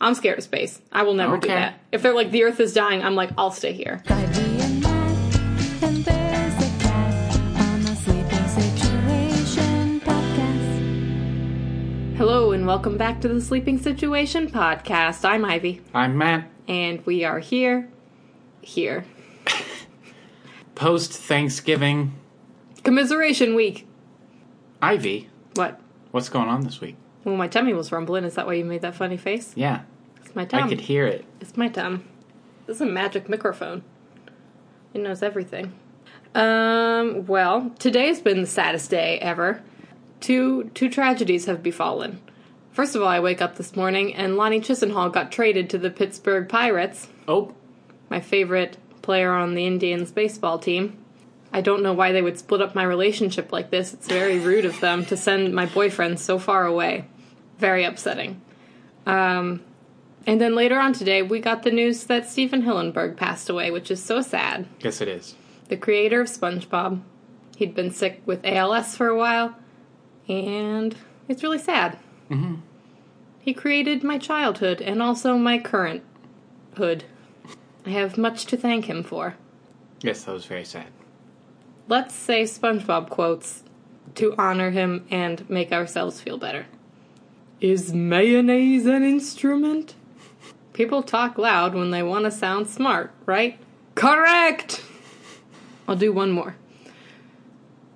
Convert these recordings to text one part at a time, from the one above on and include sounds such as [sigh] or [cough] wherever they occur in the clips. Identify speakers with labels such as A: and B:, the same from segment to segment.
A: I'm scared of space. I will never do
B: Okay.
A: that. If they're like the Earth is dying, I'm like I'll stay here.
C: By being mad, and there's a cat on the sleeping situation podcast.
A: Hello and welcome back to the Sleeping Situation podcast. I'm Ivy,
B: I'm Matt.
A: and we are here, here.
B: Post Thanksgiving,
A: Commiseration week.
B: Ivy.
A: What?
B: What's going on this week?
A: Well, my tummy was rumbling. Is that why you made that funny face?
B: Yeah,
A: It's my
B: I
A: tum.
B: could hear it.
A: It's my tum. This is a magic microphone. It knows everything. Um. Well, today's been the saddest day ever. Two two tragedies have befallen. First of all, I wake up this morning and Lonnie Chisenhall got traded to the Pittsburgh Pirates.
B: Oh,
A: my favorite player on the Indians baseball team. I don't know why they would split up my relationship like this. It's very rude of them to send my boyfriend so far away. Very upsetting. Um, and then later on today, we got the news that Stephen Hillenberg passed away, which is so sad.
B: yes, it is.
A: The creator of SpongeBob. He'd been sick with ALS for a while, and it's really sad. Mm-hmm. He created my childhood and also my current hood. I have much to thank him for.
B: Yes, that was very sad.
A: Let's say SpongeBob quotes to honor him and make ourselves feel better. Is mayonnaise an instrument? People talk loud when they want to sound smart, right? Correct! I'll do one more.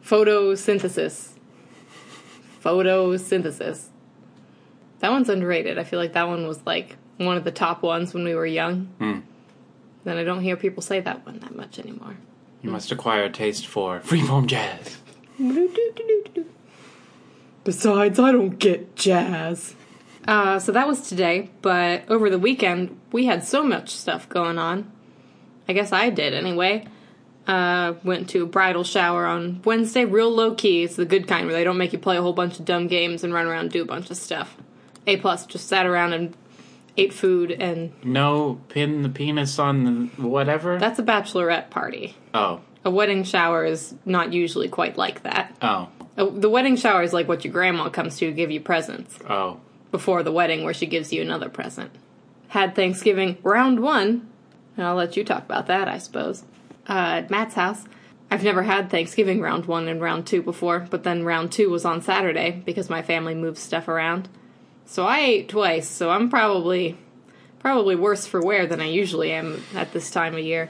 A: Photosynthesis. Photosynthesis. That one's underrated. I feel like that one was like one of the top ones when we were young. Then I don't hear people say that one that much anymore.
B: You must acquire a taste for freeform jazz.
A: Besides, I don't get jazz. Uh, so that was today, but over the weekend we had so much stuff going on. I guess I did anyway. Uh, went to a bridal shower on Wednesday, real low key. It's the good kind where they don't make you play a whole bunch of dumb games and run around and do a bunch of stuff. A plus, just sat around and ate food, and
B: No, pin the penis on the whatever.
A: that's a bachelorette party.
B: oh,
A: A wedding shower is not usually quite like that.
B: oh,
A: Uh, The wedding shower is like what your grandma comes to give you presents
B: oh.
A: before the wedding, where she gives you another present. Had Thanksgiving round one, and I'll let you talk about that, I suppose, uh, at Matt's house. I've never had Thanksgiving round one and round two before, but then round two was on Saturday because my family moves stuff around. So I ate twice, so I'm probably probably worse for wear than I usually am at this time of year.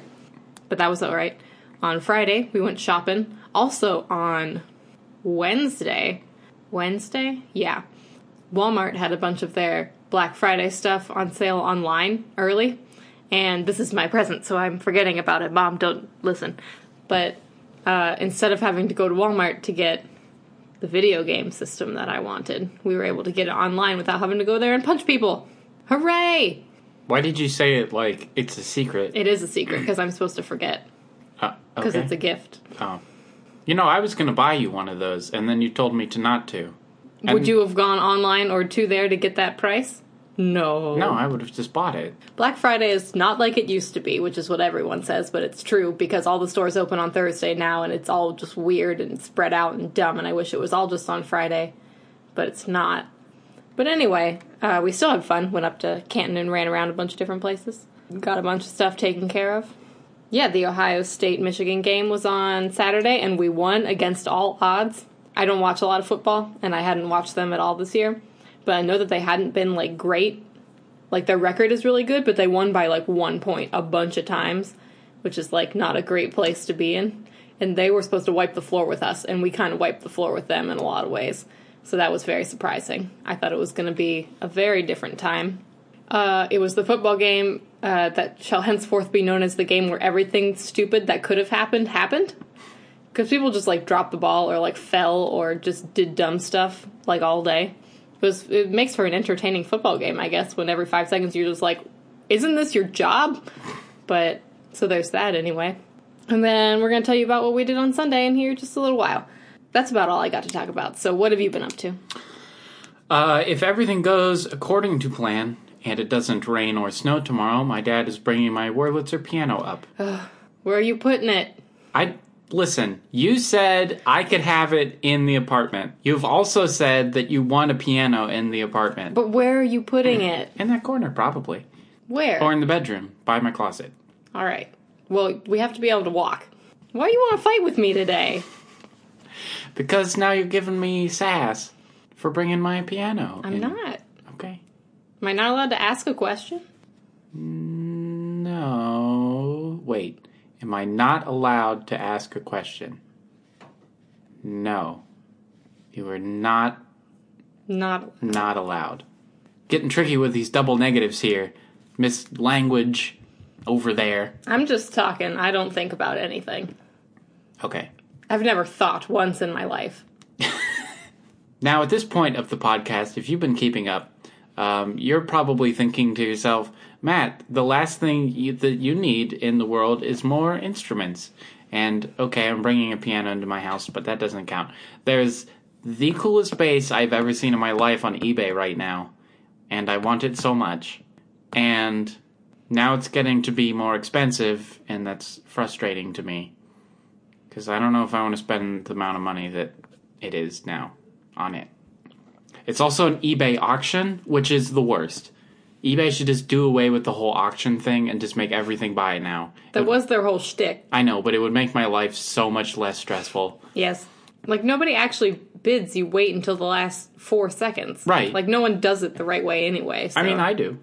A: But that was alright. On Friday, we went shopping. Also on Wednesday, Wednesday? Yeah. Walmart had a bunch of their Black Friday stuff on sale online early. And this is my present, so I'm forgetting about it. Mom, don't listen. But uh, instead of having to go to Walmart to get the video game system that I wanted, we were able to get it online without having to go there and punch people. Hooray!
B: Why did you say it like it's a secret?
A: It is a secret because I'm supposed to forget
B: Uh,
A: because
B: okay.
A: it's a gift.
B: oh. You know, I was gonna buy you one of those, and then you told me to not to.
A: Would you have gone online or to there to get that price? No.
B: No, I would have just bought it.
A: Black Friday is not like it used to be, which is what everyone says, but it's true because all the stores open on Thursday now and it's all just weird and spread out and dumb, and I wish it was all just on Friday, but it's not. But anyway, uh, we still had fun. Went up to Canton and ran around a bunch of different places. Got a bunch of stuff taken care of. Yeah, the Ohio State Michigan game was on Saturday, and we won against all odds. I don't watch a lot of football, and I hadn't watched them at all this year, but I know that they hadn't been like great like their record is really good, but they won by like one point a bunch of times, which is like not a great place to be in. And they were supposed to wipe the floor with us, and we kind of wiped the floor with them in a lot of ways. So that was very surprising. I thought it was going to be a very different time. Uh, it was the football game uh, that shall henceforth be known as the game where everything stupid that could have happened happened. Because people just like dropped the ball or like fell or just did dumb stuff like all day it was it makes for an entertaining football game, I guess, when every five seconds you're just like, Isn't this your job? But so there's that anyway. And then we're gonna tell you about what we did on Sunday in here just a little while. That's about all I got to talk about. So what have you been up to?
B: Uh, if everything goes according to plan and it doesn't rain or snow tomorrow, my dad is bringing my Wurlitzer piano up.
A: Where are you putting it?
B: I listen, you said I could have it in the apartment. You've also said that you want a piano in the apartment.
A: But where are you putting it?
B: in that corner, probably.
A: Where?
B: Or in the bedroom, by my closet.
A: All right. Well, we have to be able to walk. Why do you want to fight with me today?
B: Because now you've given me sass for bringing my piano.
A: I'm
B: in.
A: not.
B: Okay.
A: Am I not allowed to ask a question?
B: No. Wait. Am I not allowed to ask a question? No. You are not
A: Not.
B: not allowed. Getting tricky with these double negatives here. Miss language over there.
A: I'm just talking. I don't think about anything.
B: Okay.
A: I've never thought once in my life.
B: Now, at this point of the podcast, if you've been keeping up, um, you're probably thinking to yourself, Matt, the last thing you, that you need in the world is more instruments. And okay, I'm bringing a piano into my house, but that doesn't count. There's the coolest bass I've ever seen in my life on eBay right now, and I want it so much. And now it's getting to be more expensive, and that's frustrating to me because I don't know if I want to spend the amount of money that it is now on it. It's also an eBay auction, which is the worst. eBay should just do away with the whole auction thing and just make everything buy it now.
A: That was their whole shtick.
B: I know, but it would make my life so much less stressful.
A: Yes. Like nobody actually bids. You wait until the last four seconds.
B: Right.
A: Like no one does it the right way anyway. So.
B: I mean, I do.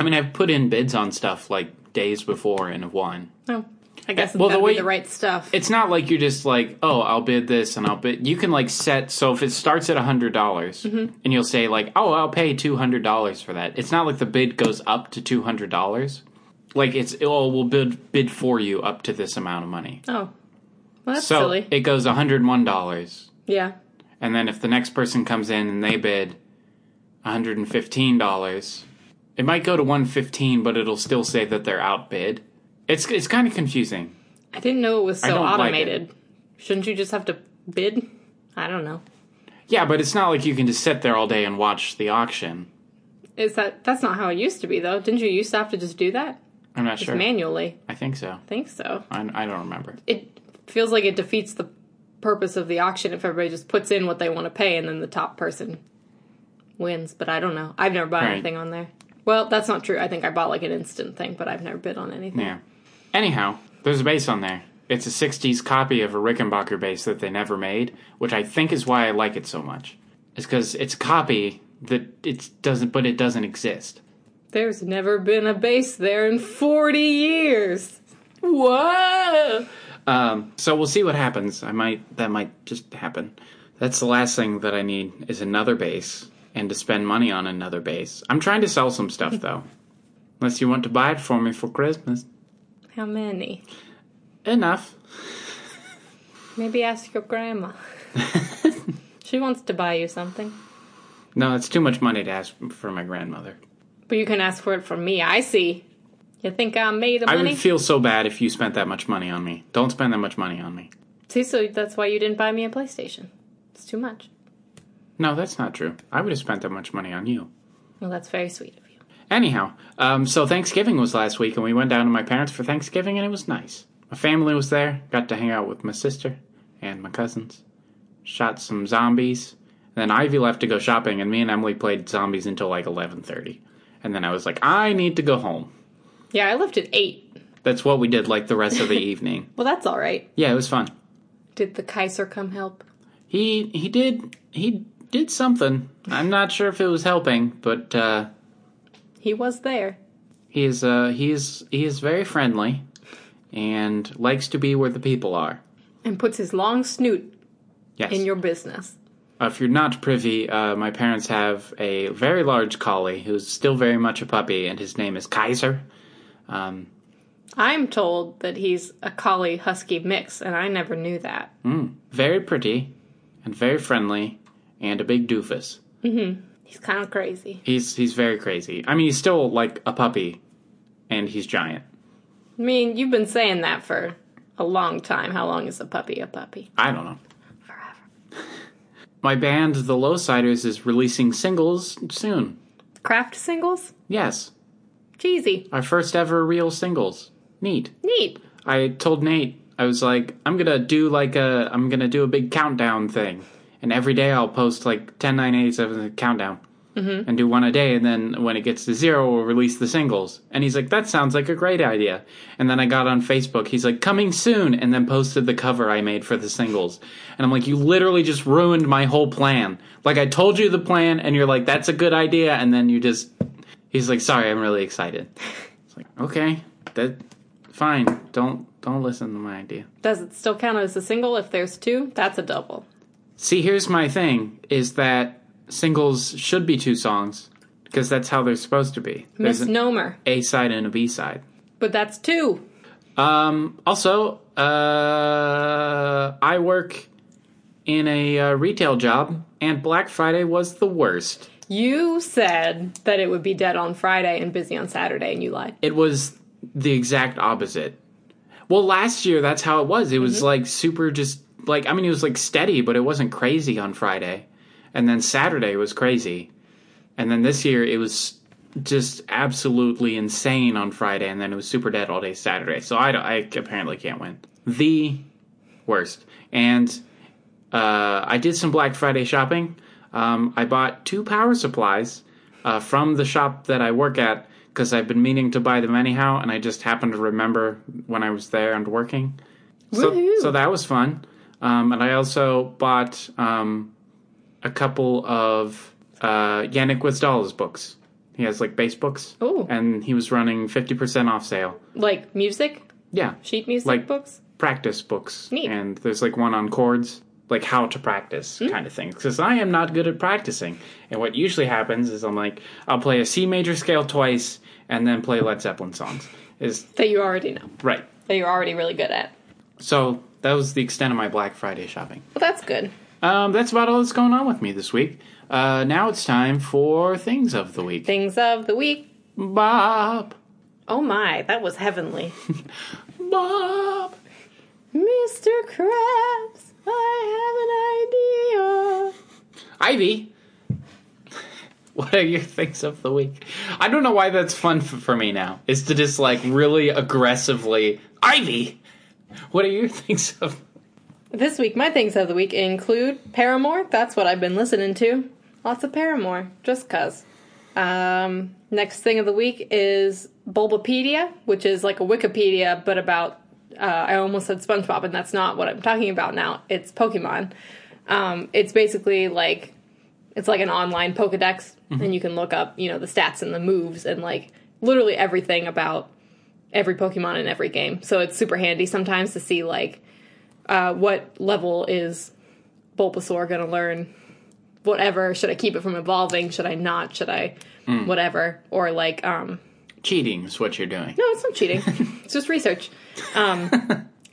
B: I mean, I've put in bids on stuff like days before and have won.
A: No. Oh, I guess it's
B: Well, the
A: gotta
B: way-
A: be the right stuff.
B: It's not like you're just like, oh, I'll bid this and I'll bid. You can like set. So if it starts at a hundred dollars,
A: Mm-hmm.
B: and you'll say like, oh, I'll pay two hundred dollars for that. It's not like the bid goes up to two hundred dollars. Like it's oh, we'll bid bid for you up to this amount of money.
A: oh. Well, that's
B: so
A: silly.
B: it goes one hundred one dollars,
A: yeah.
B: and then if the next person comes in and they bid one hundred and fifteen dollars, it might go to one fifteen, but it'll still say that they're outbid. It's it's kind of confusing.
A: I didn't know it was so
B: don't like it.
A: automated. Shouldn't you just have to bid? I don't know.
B: Yeah, but it's not like you can just sit there all day and watch the auction.
A: Is that that's not how it used to be though? Didn't you used to have to just do that
B: I'm not sure.
A: manually?
B: I think so.
A: I think so.
B: I, I don't remember.
A: It feels like it defeats the purpose of the auction if everybody just puts in what they want to pay and then the top person wins. But I don't know. I've never bought
B: Right.
A: anything on there. Well, that's not true. I think I bought like an instant thing, but I've never bid on anything.
B: Yeah. Anyhow, there's a bass on there. It's a 60s copy of a Rickenbacker bass that they never made, which I think is why I like it so much. It's because it's a copy that it doesn't, but it doesn't exist.
A: There's never been a base there in 40 years.
B: Whoa! Um, so we'll see what happens. I might that might just happen. That's the last thing that I need is another base and to spend money on another base. I'm trying to sell some stuff though. Unless you want to buy it for me for Christmas.
A: How many?
B: Enough.
A: Maybe ask your
B: [laughs]
A: grandma. she wants to buy you something.
B: No, it's too much money to ask for my grandmother.
A: But you can ask for it from me. I see. You think I'm made of
B: I
A: money?
B: would feel so bad if you spent that much money on me. Don't spend that much money on me.
A: see, so that's why you didn't buy me a PlayStation. It's too much.
B: No, that's not true. I would have spent that much money on you.
A: Well, that's very sweet of you.
B: Anyhow, um, so Thanksgiving was last week, and we went down to my parents for Thanksgiving, and it was nice. My family was there. Got to hang out with my sister and my cousins. Shot some zombies. Then Ivy left to go shopping, and me and Emily played zombies until like eleven thirty. And then I was like, I need to go home.
A: Yeah, I left at 8.
B: That's what we did like the rest of the evening.
A: Well, that's all right.
B: Yeah, it was fun.
A: Did the Kaiser come help?
B: He he did he did something. I'm not sure if it was helping, but uh,
A: He was there.
B: he is uh, he is he is very friendly, and likes to be where the people are.
A: And puts his long snoot
B: Yes.
A: in your business.
B: Uh, if you're not privy, uh, my parents have a very large collie who's still very much a puppy, and his name is Kaiser. Um,
A: I'm told that he's a collie husky mix, and I never knew that.
B: very pretty, and very friendly, and a big doofus.
A: He's kind of crazy.
B: He's he's very crazy. I mean, he's still like a puppy, and he's giant.
A: I mean, you've been saying that for a long time. How long is a puppy a puppy?
B: I don't know.
A: Forever.
B: My band, The Lowsiders, is releasing singles soon.
A: Craft singles?
B: Yes,
A: Cheesy.
B: our first ever real singles. Neat.
A: Neat.
B: I told Nate I was like, I'm gonna do like a, I'm gonna do a big countdown thing, and every day I'll post like 10, 9, 8, 7 countdown, and do one a day, and then when it gets to zero, we'll release the singles. And he's like, that sounds like a great idea. And then I got on Facebook, he's like, coming soon, and then posted the cover I made for the singles, and I'm like, you literally just ruined my whole plan. Like I told you the plan, and you're like, that's a good idea, and then you just, he's like, sorry, I'm really excited. It's like, okay, that, fine, don't. Don't listen to my idea.
A: Does it still count as a single if there's two? That's a double.
B: See, here's my thing is that singles should be two songs because that's how they're supposed to be. There's an
A: Misnomer.
B: A side and a B side.
A: But that's two.
B: Um, also, uh, I work in a uh, retail job, and Black Friday was the worst.
A: You said that it would be dead on Friday and busy on Saturday, and you lied.
B: It was the exact opposite. Well, last year, that's how it was. It was like super just like, I mean, it was like steady, but it wasn't crazy on Friday. And then Saturday was crazy. And then this year, it was just absolutely insane on Friday. And then it was super dead all day Saturday. So I, don't- I apparently can't win. The worst. And uh, I did some Black Friday shopping. Um, I bought two power supplies uh, from the shop that I work at because I've been meaning to buy them anyhow, and I just happened to remember when I was there and working. So,
A: Woohoo.
B: so that was fun. Um, and I also bought um, a couple of uh, Yannick Wisdala's books. He has like base books,
A: Ooh.
B: and he was running fifty percent off sale.
A: Like music,
B: Yeah,
A: sheet music
B: Like-
A: books.
B: practice books
A: Neat. Mm.
B: and there's like one on chords like how to practice kind of thing because i am not good at practicing and what usually happens is i'm like i'll play a c major scale twice and then play led zeppelin songs is
A: that you already know,
B: right
A: that you're already really good at.
B: so that was the extent of my black friday shopping
A: Well, that's good.
B: um, that's about all that's going on with me this week uh, now it's time for things of the week
A: Things of the week.
B: bob
A: Oh my, that was heavenly.
B: bob
A: Mr. Krabs, I have an idea.
B: Ivy, [laughs] what are your things of the week? I don't know why that's fun f- for me now. Is to just like really aggressively, Ivy. What are your [laughs] things of?
A: This week, my things of the week include Paramore. That's what I've been listening to. Lots of Paramore, just cuz. Um, next thing of the week is Bulbapedia, which is like a Wikipedia, but about. Uh, I almost said SpongeBob, and that's not what I'm talking about now. It's Pokemon. Um, it's basically like it's like an online Pokedex, and you can look up, you know, the stats and the moves and like literally everything about every Pokemon in every game. So it's super handy sometimes to see like uh, what level is Bulbasaur going to learn? Whatever. Should I keep it from evolving? Should I not? Should I? Whatever. Or like, um,
B: Cheating is what you're doing.
A: no, it's not [laughs] cheating. it's just research. Um,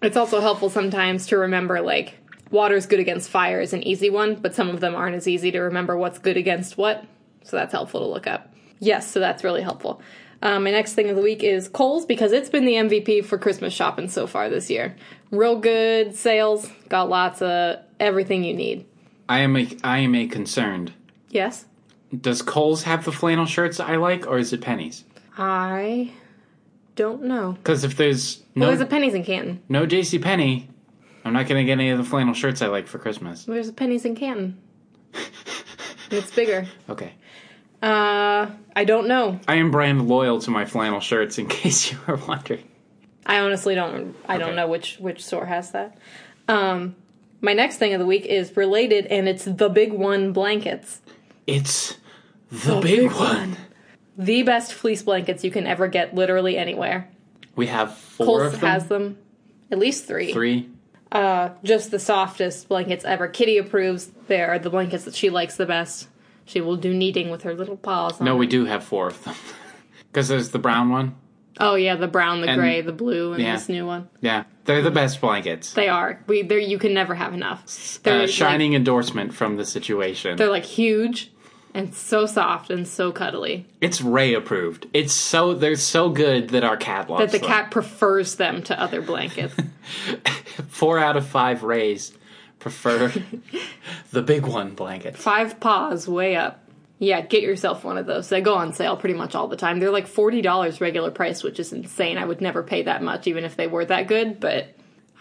A: it's also helpful sometimes to remember like water's good against fire is an easy one, but some of them aren't as easy to remember what's good against what. So that's helpful to look up. Yes, so that's really helpful. Um, my next thing of the week is Kohl's because it's been the MVP for Christmas shopping so far this year. Real good sales, got lots of everything you need.
B: I am a I am a concerned.
A: Yes,
B: Does Coles have the flannel shirts I like, or is it Penny's?
A: I don't know.
B: Because if there's
A: Well,
B: no
A: there's a Penny's in Canton.
B: no JC Penny, I'm not gonna get any of the flannel shirts I like for Christmas.
A: There's a Penny's in Canton. And it's bigger.
B: Okay,
A: Uh, I don't know.
B: I am brand loyal to my flannel shirts. In [laughs] case you were wondering.
A: I honestly don't. I don't
B: Okay.
A: know which which store has that. Um, my next thing of the week is related, and it's the big one blankets,
B: It's the, big,
A: big
B: one.
A: the best fleece blankets you can ever get, literally anywhere.
B: We have four
A: Pulse
B: of them.
A: has them, at least three.
B: Three.
A: Uh, just the softest blankets ever. Kitty approves. They are the blankets that she likes the best. She will do kneading with her little paws. On
B: No,
A: them.
B: we do have four of them. [laughs] Because there's the brown one.
A: Oh yeah, the brown, the
B: And-
A: gray, the blue, and
B: yeah.
A: this new one.
B: Yeah, they're the best blankets.
A: They are. We there. You can never have enough. They're
B: Uh,
A: like-
B: shining endorsement from the situation.
A: They're like huge and so soft and so cuddly
B: It's Ray approved. It's so they're so good that our cat loves
A: that the
B: them.
A: cat prefers them to other blankets.
B: Four out of five Rays prefer the big one blanket.
A: Five paws way up. Yeah, get yourself one of those. They go on sale pretty much all the time. They're like $40 regular price, which is insane. I would never pay that much even if they were that good, but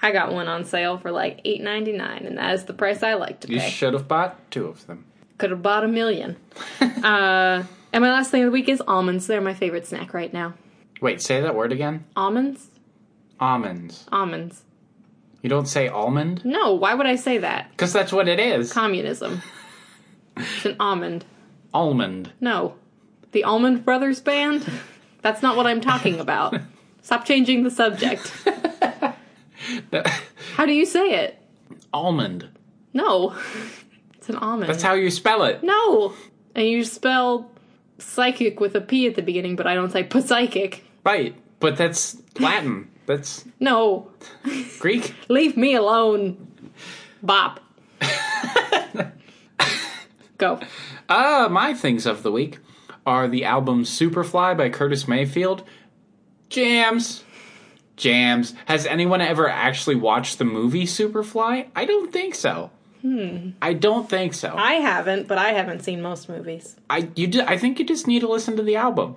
A: I got one on sale for like eight ninety nine, and that is the price I like to
B: You
A: pay.
B: should have bought two of them.
A: Could have bought a million. uh, and my last thing of the week is almonds. They're my favorite snack right now.
B: Wait, say that word again.
A: Almonds,
B: Almonds.
A: almonds.
B: You don't say almond?
A: No, why would I say that?
B: Because that's what it is.
A: Communism. it's an almond.
B: almond. [laughs]
A: No, the Almond Brothers band. That's not what I'm talking about. Stop changing the subject. How do you say it?
B: almond.
A: No, it's an almond.
B: That's how you spell it.
A: No. And you spell psychic with a P at the beginning, but I don't say psychic.
B: Right. But that's Latin. that's
A: No.
B: Greek.
A: Leave me alone. Bop. [laughs] Go.
B: Uh, my things of the week are the album Superfly by Curtis Mayfield. Jams. Jams. Has anyone ever actually watched the movie Superfly? I don't think so. Hmm. I don't think so.
A: I haven't, but I haven't seen most movies.
B: I you ju- I think you just need to listen to the album.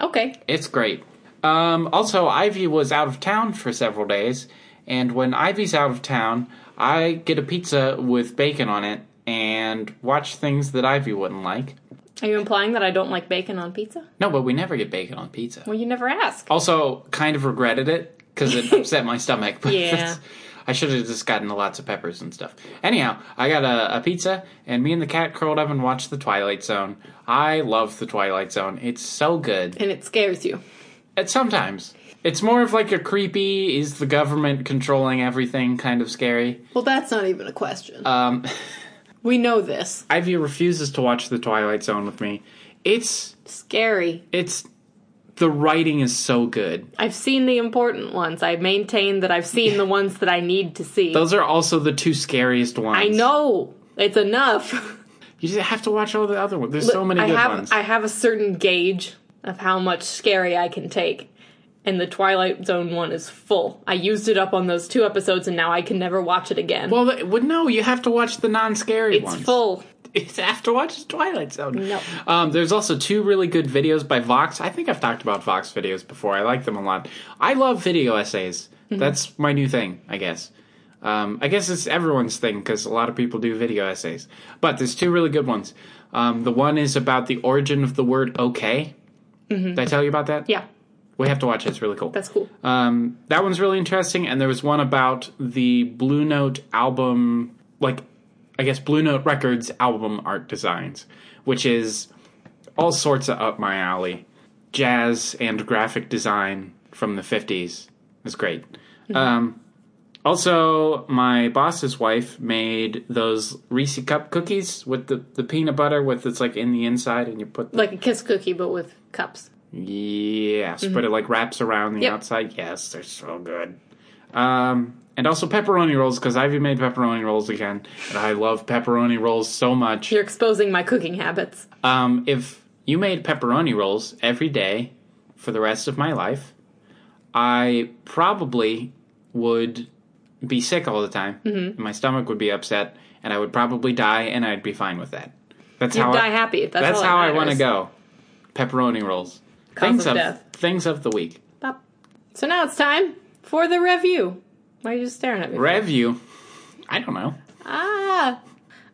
A: Okay.
B: It's great. Um, also, Ivy was out of town for several days, and when Ivy's out of town, I get a pizza with bacon on it and watch things that Ivy wouldn't like.
A: Are you implying that I don't like bacon on pizza?
B: No, but we never get bacon on pizza.
A: Well, you never ask.
B: Also, kind of regretted it because it upset my stomach. But
A: Yeah.
B: that's- I should have just gotten lots of peppers and stuff. Anyhow, I got a, a pizza, and me and the cat curled up and watched The Twilight Zone. I love The Twilight Zone. It's so good.
A: And it scares you.
B: At sometimes. It's more of like a creepy, is the government controlling everything kind of scary.
A: Well, that's not even a question.
B: Um, [laughs]
A: we know this.
B: Ivy refuses to watch The Twilight Zone with me. It's,
A: Scary.
B: it's, the writing is so good.
A: I've seen the important ones. I maintain that I've seen the ones that I need to see.
B: Those are also the two scariest ones.
A: I know. It's enough.
B: You just have to watch all the other ones. There's so many
A: I
B: good
A: have,
B: ones.
A: I have a certain gauge of how much scary I can take, and the Twilight Zone one is full. I used it up on those two episodes, and now I can never watch it again.
B: well, th- well, no, you have to watch the non-scary
A: it's
B: ones.
A: full.
B: You have to watch the Twilight Zone.
A: No.
B: Um, there's also two really good videos by Vox. I think I've talked about Vox videos before. I like them a lot. I love video essays.
A: Mm-hmm.
B: That's my new thing, I guess. Um, I guess it's everyone's thing because a lot of people do video essays. But there's two really good ones. Um, the one is about the origin of the word okay. Did I tell you about that?
A: Mm-hmm. Yeah,
B: We have to watch it. It's really cool.
A: that's cool.
B: Um, that one's really interesting. And there was one about the Blue Note album, like, I guess Blue Note Records album art designs, which is all sorts of up my alley. Jazz and graphic design from the 50s is great. Um, also, my boss's wife made those Reese cup cookies with the, the peanut butter with it's like in the inside and you put the
A: Like a kiss cookie, but with cups.
B: Yes, but it like wraps around the
A: Mm-hmm. Yep.
B: outside. Yes, they're so good. Um, and also pepperoni rolls because Ivy made pepperoni rolls again, and I love pepperoni rolls so much.
A: You're exposing my cooking habits.
B: Um, if you made pepperoni rolls every day for the rest of my life, I probably would be sick all the time. Mm-hmm. My stomach would be upset, and I would probably die, and I'd be fine with that. That's
A: You
B: how
A: die
B: I,
A: happy. That's,
B: That's,
A: all
B: how I
A: want to
B: go. Pepperoni rolls.
A: Cause
B: things
A: of death.
B: things of the week.
A: Bop. So now it's time for the review. Why are you just staring at me?
B: Review. I don't know.
A: Ah.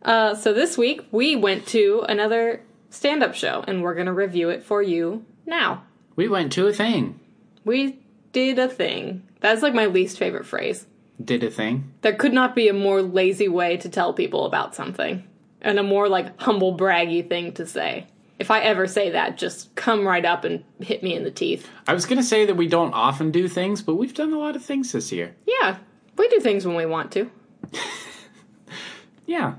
A: Uh, so this week we went to another stand-up show, and we're gonna review it for you now.
B: We went to a thing.
A: We did a thing. That's like my least favorite phrase.
B: Did a thing.
A: There could not be a more lazy way to tell people about something and a more like humble braggy thing to say. If I ever say that, just come right up and hit me in the teeth.
B: I was gonna say that we don't often do things, but we've done a lot of things this year.
A: Yeah, we do things when we want to.
B: Yeah.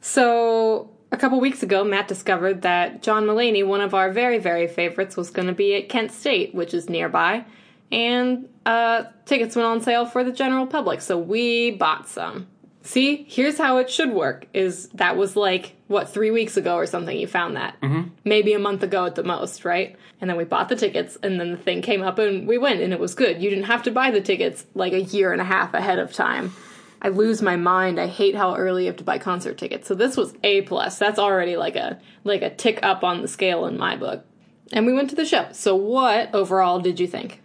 A: So, a couple weeks ago, Matt discovered that John Mullaney, one of our very, very favorites, was going to be at Kent State, which is nearby, and uh, tickets went on sale for the general public, so we bought some. See, here's how it should work: is that was like what three weeks ago or something? You found that maybe a month ago at the most, right? And then we bought the tickets, and then the thing came up, and we went, and it was good. You didn't have to buy the tickets like a year and a half ahead of time. I lose my mind. I hate how early you have to buy concert tickets. So this was A plus. That's already like a like a tick up on the scale in my book. And we went to the show. So what overall did you think?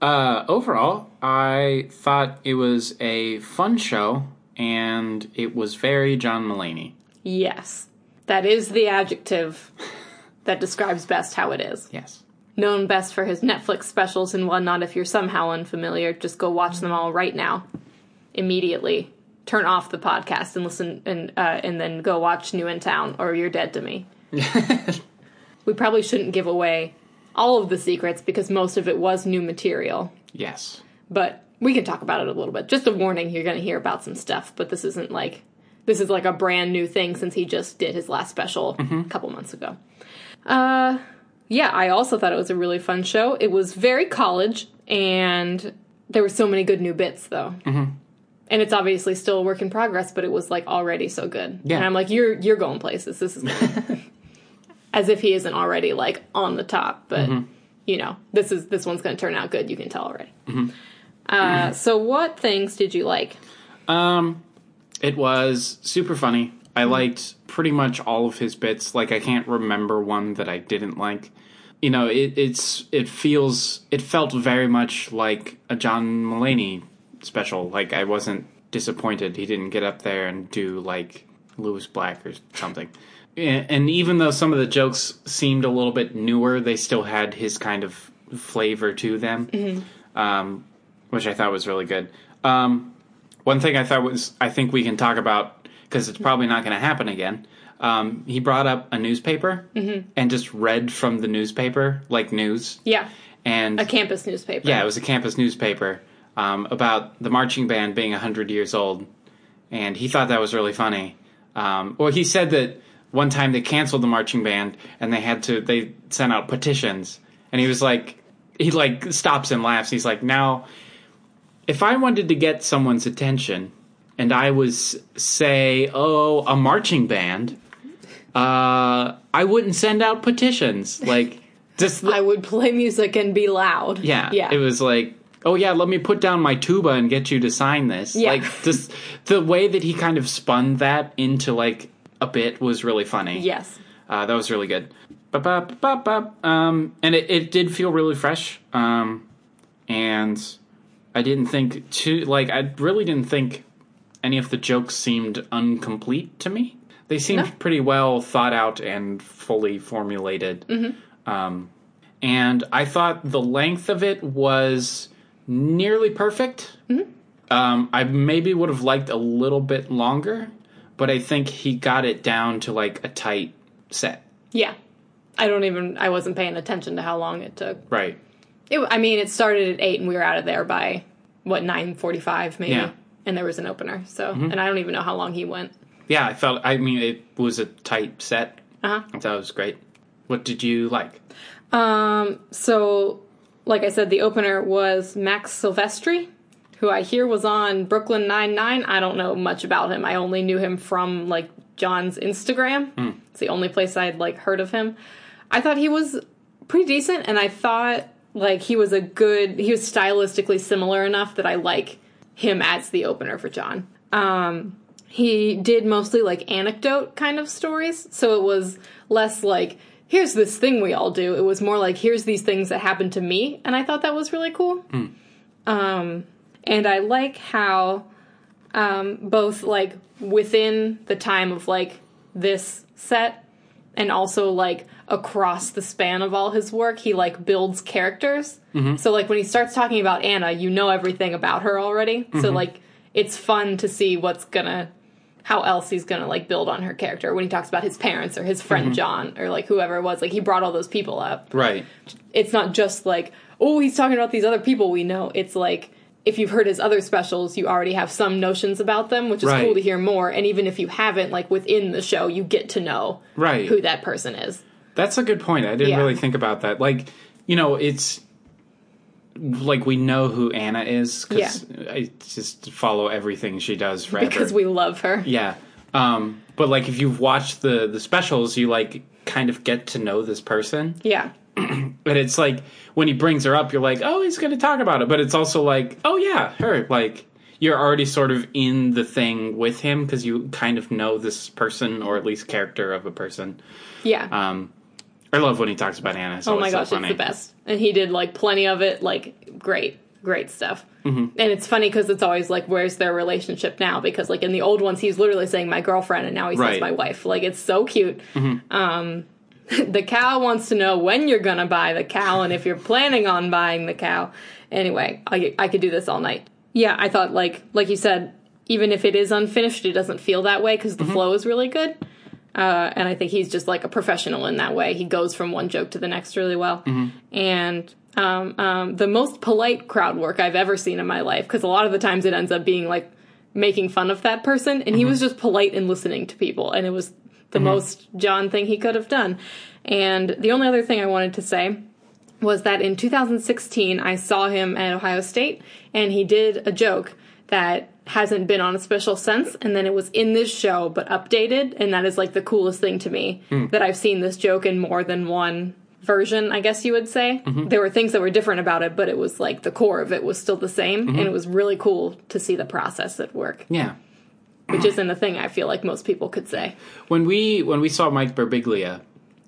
B: Uh, overall, I thought it was a fun show, and it was very John Mulaney.
A: Yes. That is the adjective that describes best how it is.
B: Yes.
A: Known best for his Netflix specials and whatnot, if you're somehow unfamiliar, just go watch them all right now. Immediately. Turn off the podcast and listen and uh, and then go watch New in Town or You're Dead to Me. we probably shouldn't give away all of the secrets because most of it was new material.
B: Yes.
A: but we can talk about it a little bit. Just a warning, you're going to hear about some stuff, but this isn't like this is like a brand new thing since he just did his last special a couple months ago. Uh yeah, I also thought it was a really fun show. It was very college and there were so many good new bits though. And it's obviously still a work in progress, but it was like already so good.
B: Yeah.
A: And I'm like you're you're going places. This is good." as if he isn't already like on the top, but you know, this is this one's going to turn out good, you can tell already. Uh, so what things did you like?
B: Um, it was super funny. I liked pretty much all of his bits. Like I can't remember one that I didn't like. You know, it, it's it feels it felt very much like a John Mulaney special. Like I wasn't disappointed he didn't get up there and do like Lewis Black or something. And and even though some of the jokes seemed a little bit newer, they still had his kind of flavor to them, um, which I thought was really good. Um, one thing I thought was I think we can talk about because it's probably not going to happen again. Um, he brought up a newspaper and just read from the newspaper like news.
A: Yeah,
B: And
A: a campus newspaper.
B: yeah, it was a campus newspaper um, about the marching band being 100 years old. And he thought that was really funny. Um, well, he said that one time they canceled the marching band and they had to, they sent out petitions. And he was like, he like stops and laughs. He's like, now, if I wanted to get someone's attention and I was, say, oh, a marching band, uh, I wouldn't send out petitions. Like,
A: [laughs]
B: just
A: I would play music and be loud.
B: [laughs] yeah.
A: yeah.
B: It was like, oh yeah, let me put down my tuba and get you to sign this.
A: Yeah.
B: Like just the way that he kind of spun that into like a bit was really funny.
A: yes.
B: Uh, that was really good. Bop, bop, bop, bop. Um, and it, it did feel really fresh. Um, and I didn't think too, like, I really didn't think any of the jokes seemed incomplete to me. They seemed
A: No.
B: pretty well thought out and fully formulated. Um, and I thought the length of it was nearly perfect. Um, I maybe would have liked a little bit longer, but I think he got it down to like a tight set.
A: Yeah. I don't even. I wasn't paying attention to how long it took.
B: Right.
A: It, I mean, it started at eight, and we were out of there by what nine forty-five, maybe.
B: Yeah. Mm-hmm.
A: And there was an opener, so and I don't even know how long he went.
B: Yeah, I felt. I mean, it was a tight set.
A: Uh huh.
B: I thought it was great. What did you like?
A: Um, so, like I said, the opener was Max Silvestri, who I hear was on Brooklyn Nine Nine. I don't know much about him. I only knew him from like John's Instagram. It's the only place I'd like heard of him. I thought he was pretty decent, and I thought like he was a good. He was stylistically similar enough that I like him as the opener for John. Um, he did mostly like anecdote kind of stories. So it was less like, here's this thing we all do. It was more like, here's these things that happened to me. And I thought that was really cool. Um, and I like how um, both like within the time of like this set and also like across the span of all his work he like builds characters so like when he starts talking about anna you know everything about her already so like it's fun to see what's gonna how else he's gonna like build on her character when he talks about his parents or his friend
B: Mm-hmm.
A: john or like whoever it was like he brought all those people up
B: Right.
A: it's not just like oh he's talking about these other people we know it's like if you've heard his other specials you already have some notions about them which is
B: Right.
A: cool to hear more and even if you haven't like within the show you get to know
B: Right.
A: who that person is
B: That's a good point. I didn't
A: Yeah.
B: really think about that. Like, you know, it's like we know who Anna is because I just follow everything she does forever.
A: because we love her
B: yeah. Um, but like, if you've watched the the specials, you like kind of get to know this person.
A: yeah
B: But it's like when he brings her up, you're like, oh, he's going to talk about it. But it's also like, oh yeah, her. Like you're already sort of in the thing with him because you kind of know this person or at least character of a person.
A: yeah
B: Um, I love when he talks about Anna. It's
A: Oh
B: always
A: my
B: so
A: gosh,
B: funny.
A: it's the best. And he did like plenty of it, like great, great stuff. Mm-hmm. And it's funny because it's always like, where's their relationship now? Because like in the old ones, he's literally saying my girlfriend, and now he
B: Right.
A: says my wife. Like it's so cute. Um, [laughs] the cow wants to know when you're gonna buy the cow and if you're planning on buying the cow. Anyway, I, I could do this all night. Yeah, I thought like like you said, even if it is unfinished, it doesn't feel that way because the flow is really good. Uh, and I think he's just like a professional in that way. He goes from one joke to the next really well. And um, um, the most polite crowd work I've ever seen in my life, because a lot of the times it ends up being like making fun of that person. And he was just polite and listening to people. And it was the most John thing he could have done. And the only other thing I wanted to say was that in 2016 I saw him at Ohio State and he did a joke that hasn't been on a special since and then it was in this show but updated and that is like the coolest thing to me
B: Hmm.
A: that I've seen this joke in more than one version I guess you would say
B: Mm-hmm.
A: there were things that were different about it but it was like the core of it was still the same
B: Mm-hmm.
A: and it was really cool to see the process at work
B: Yeah.
A: which isn't a thing I feel like most people could say
B: When we when we saw Mike Birbiglia,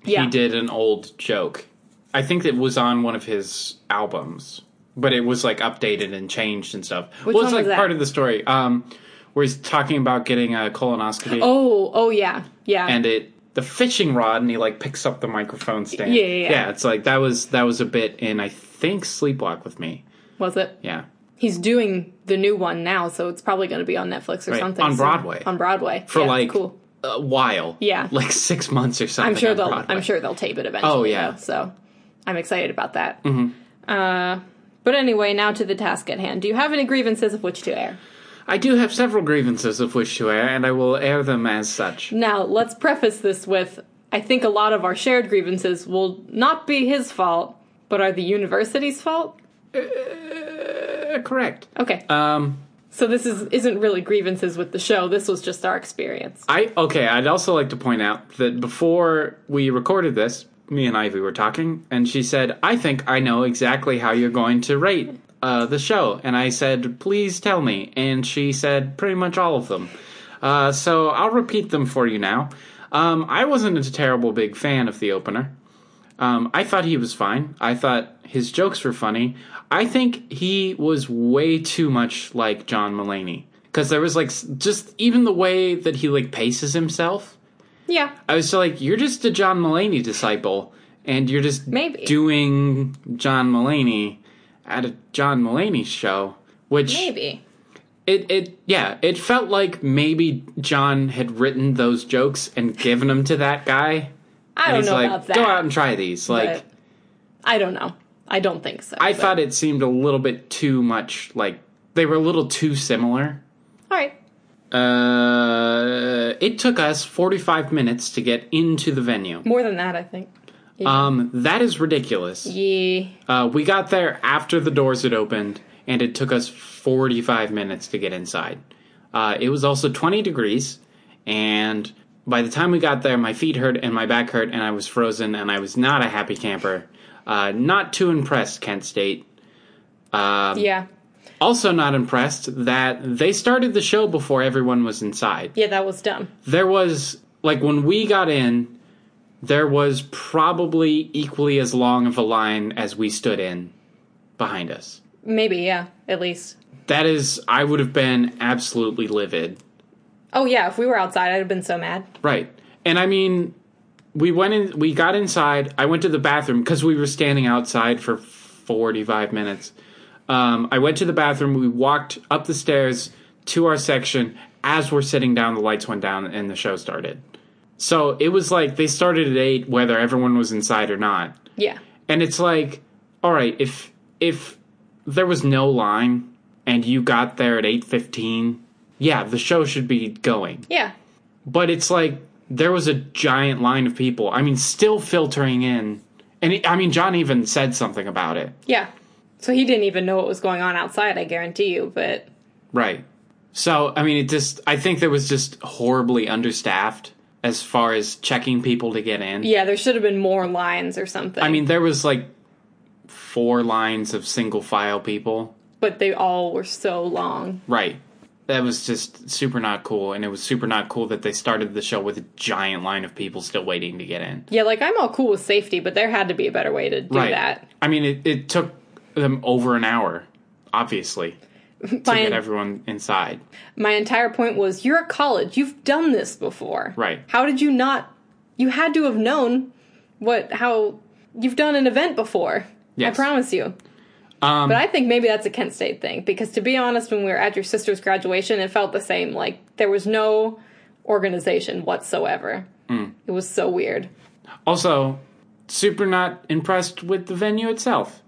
A: Yeah.
B: he did an old joke. I think it was on one of his albums, but it was like updated and changed and stuff. well, it's
A: one
B: like
A: was that?
B: part of the story. Um, where he's talking about getting a colonoscopy,
A: oh oh yeah yeah
B: and it the fishing rod, and he like picks up the microphone stand.
A: Yeah, yeah, yeah.
B: It's like that was that was a bit in I think Sleepwalk with Me.
A: was it
B: Yeah,
A: he's doing the new one now, so it's probably going to be on Netflix or
B: Right,
A: something
B: on
A: so-
B: Broadway.
A: On Broadway
B: for
A: Yeah,
B: like
A: cool.
B: a while.
A: Yeah.
B: like six months or something.
A: I'm sure
B: on
A: they'll.
B: Broadway.
A: I'm sure they'll tape it eventually.
B: Oh, yeah. Mm-hmm.
A: though, so I'm excited about that. Uh, but anyway, now to the task at hand. Do you have any grievances of which to air?
B: I do have several grievances of which to air, and I will air them as such.
A: Now let's preface this with: I think a lot of our shared grievances will not be his fault, but are the university's fault.
B: Uh, correct.
A: Okay,
B: Um,
A: so this is isn't really grievances with the show. This was just our experience.
B: I okay. I'd also like to point out that before we recorded this, me and Ivy were talking, and she said, "I think I know exactly how you're going to rate uh, the show," and I said, "Please tell me," and she said, "Pretty much all of them." Uh, so I'll repeat them for you now. Um, I wasn't a terrible big fan of the opener. Um, I thought he was fine. I thought his jokes were funny. I think he was way too much like John Mulaney because there was like s- just even the way that he like paces himself.
A: Yeah,
B: I was so like, you're just a John Mulaney disciple, and you're just
A: Maybe.
B: doing John Mulaney at a John Mulaney show, which
A: maybe.
B: it it yeah it felt like maybe John had written those jokes and given them to that guy.
A: I
B: And
A: don't
B: he's
A: know
B: like,
A: about that.
B: go out and try these. Like,
A: but I don't know. I don't think so.
B: I
A: but-
B: thought it seemed a little bit too much like they were a little too similar.
A: All right.
B: Uh, it took us 45 minutes to get into the venue.
A: More than that, I think.
B: Um, that is ridiculous.
A: Yeah.
B: Uh, we got there after the doors had opened, and it took us 45 minutes to get inside. Uh, it was also 20 degrees, and by the time we got there, my feet hurt and my back hurt, and I was frozen, and I was not a happy camper. Uh, not too impressed, Kent State. Um,
A: Yeah.
B: Also, not impressed that they started the show before everyone was inside.
A: Yeah, that was dumb.
B: There was, like, when we got in, there was probably equally as long of a line as we stood in behind us.
A: Maybe, yeah, at least.
B: That is, I would have been absolutely livid.
A: Oh, yeah, if we were outside, I'd have been so mad.
B: Right. And I mean, we went in, we got inside. I went to the bathroom because we were standing outside for 45 minutes. Um, I went to the bathroom. We walked up the stairs to our section. As we're sitting down, the lights went down and the show started. So it was like they started at eight, whether everyone was inside or not.
A: Yeah.
B: And it's like, all right, if if there was no line and you got there at eight fifteen, yeah, the show should be going
A: Yeah.
B: but it's like there was a giant line of people. I mean, still filtering in, and it, I mean, John even said something about it,
A: Yeah. So he didn't even know what was going on outside, I guarantee you, but
B: right? So, I mean, it just I think there was just horribly understaffed as far as checking people to get in.
A: yeah, there should have been more lines or something.
B: I mean, there was like four lines of single file people,
A: but they all were so long.
B: right? that was just super not cool, and it was super not cool that they started the show with a giant line of people still waiting to get in.
A: Yeah, like I'm all cool with safety, but there had to be a better way to do that.
B: I mean, it, it took them over an hour, obviously, to get
A: My,
B: everyone inside.
A: my entire point was you're at college. You've done this before.
B: Right.
A: How did you not you had to have known what how you've done an event before.
B: Yes.
A: I promise you.
B: Um,
A: But I think maybe that's a Kent State thing because to be honest, when we were at your sister's graduation, it felt the same. Like there was no organization whatsoever.
B: Mm.
A: It was so weird.
B: Also, super not impressed with the venue itself.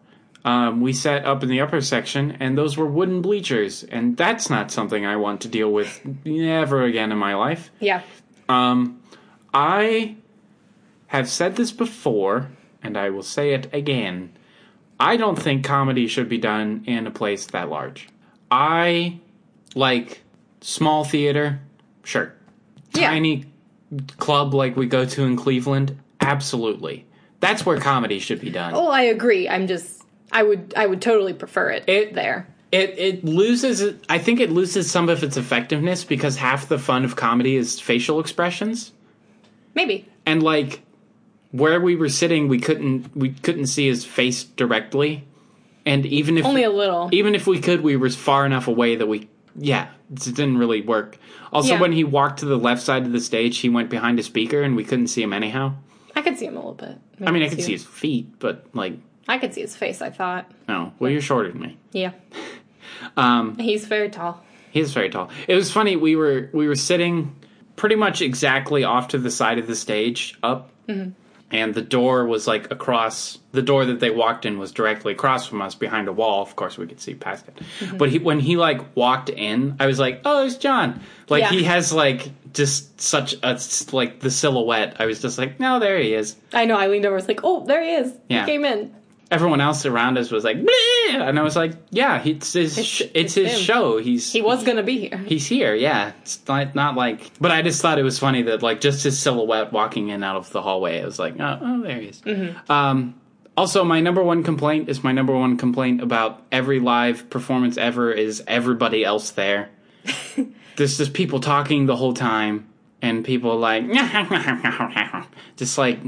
B: Um, we sat up in the upper section, and those were wooden bleachers, and that's not something I want to deal with never again in my life.
A: Yeah.
B: Um, I have said this before, and I will say it again. I don't think comedy should be done in a place that large. I like small theater, sure.
A: Yeah.
B: Tiny club like we go to in Cleveland, absolutely. That's where comedy should be done.
A: Well, Oh, I agree. I'm just I would I would totally prefer it,
B: It-
A: there.
B: It it loses I think it loses some of its effectiveness because half the fun of comedy is facial expressions.
A: Maybe.
B: and like where we were sitting we couldn't we couldn't see his face directly and even if
A: Only a little.
B: even if we could we were far enough away that we yeah it just didn't really work also
A: Yeah.
B: when he walked to the left side of the stage he went behind a speaker and we couldn't see him anyhow
A: I could see him a little bit.
B: i mean i
A: Maybe
B: could
A: too.
B: see his feet but like
A: I could see his face, I thought.
B: no well you're shorter than me [laughs]
A: Yeah. Um he's very tall.
B: He is very tall. It was funny. We were we were sitting pretty much exactly off to the side of the stage, up, and the door was like across. The door that they walked in was directly across from us, behind a wall. Of course, we could see past it. But he, when he like walked in, I was like, "Oh, it's John!" Like
A: Yeah.
B: he has like just such a s- like the silhouette. I was just like, "No, there he is."
A: I know, I leaned over, I was like, Oh, there he is.
B: Yeah.
A: He came in.
B: Everyone else around us was like, "Bleh!" and I was like, "Yeah, it's his it's, it's,
A: it's
B: his
A: him.
B: show. He's
A: He was gonna be here.
B: He's here, yeah. It's not, not like, but I just thought it was funny that like just his silhouette walking in out of the hallway. It was like, oh, oh there he is.
A: Mm-hmm.
B: Um, also, my number one complaint is my number one complaint about every live performance ever is everybody
A: [laughs]
B: else there. There's just people talking the whole time, and people like, [laughs] just like,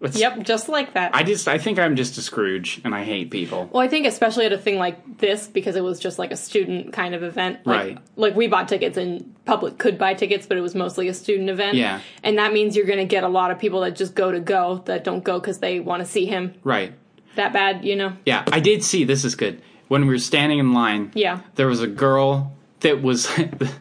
B: it's,
A: Yep, just like that.
B: I just, I think I'm just a Scrooge, and I hate people.
A: Well, I think especially at a thing like this because it was just like a student kind of event. Like,
B: Right.
A: Like we bought tickets and public could buy tickets, but it was mostly a student event.
B: Yeah.
A: And that means you're going to get a lot of people that just go to go that don't go because they want to see him
B: Right.
A: that bad, you know?
B: Yeah, I did see. This is good. When we were standing in line,
A: Yeah.
B: there was a girl that was [laughs]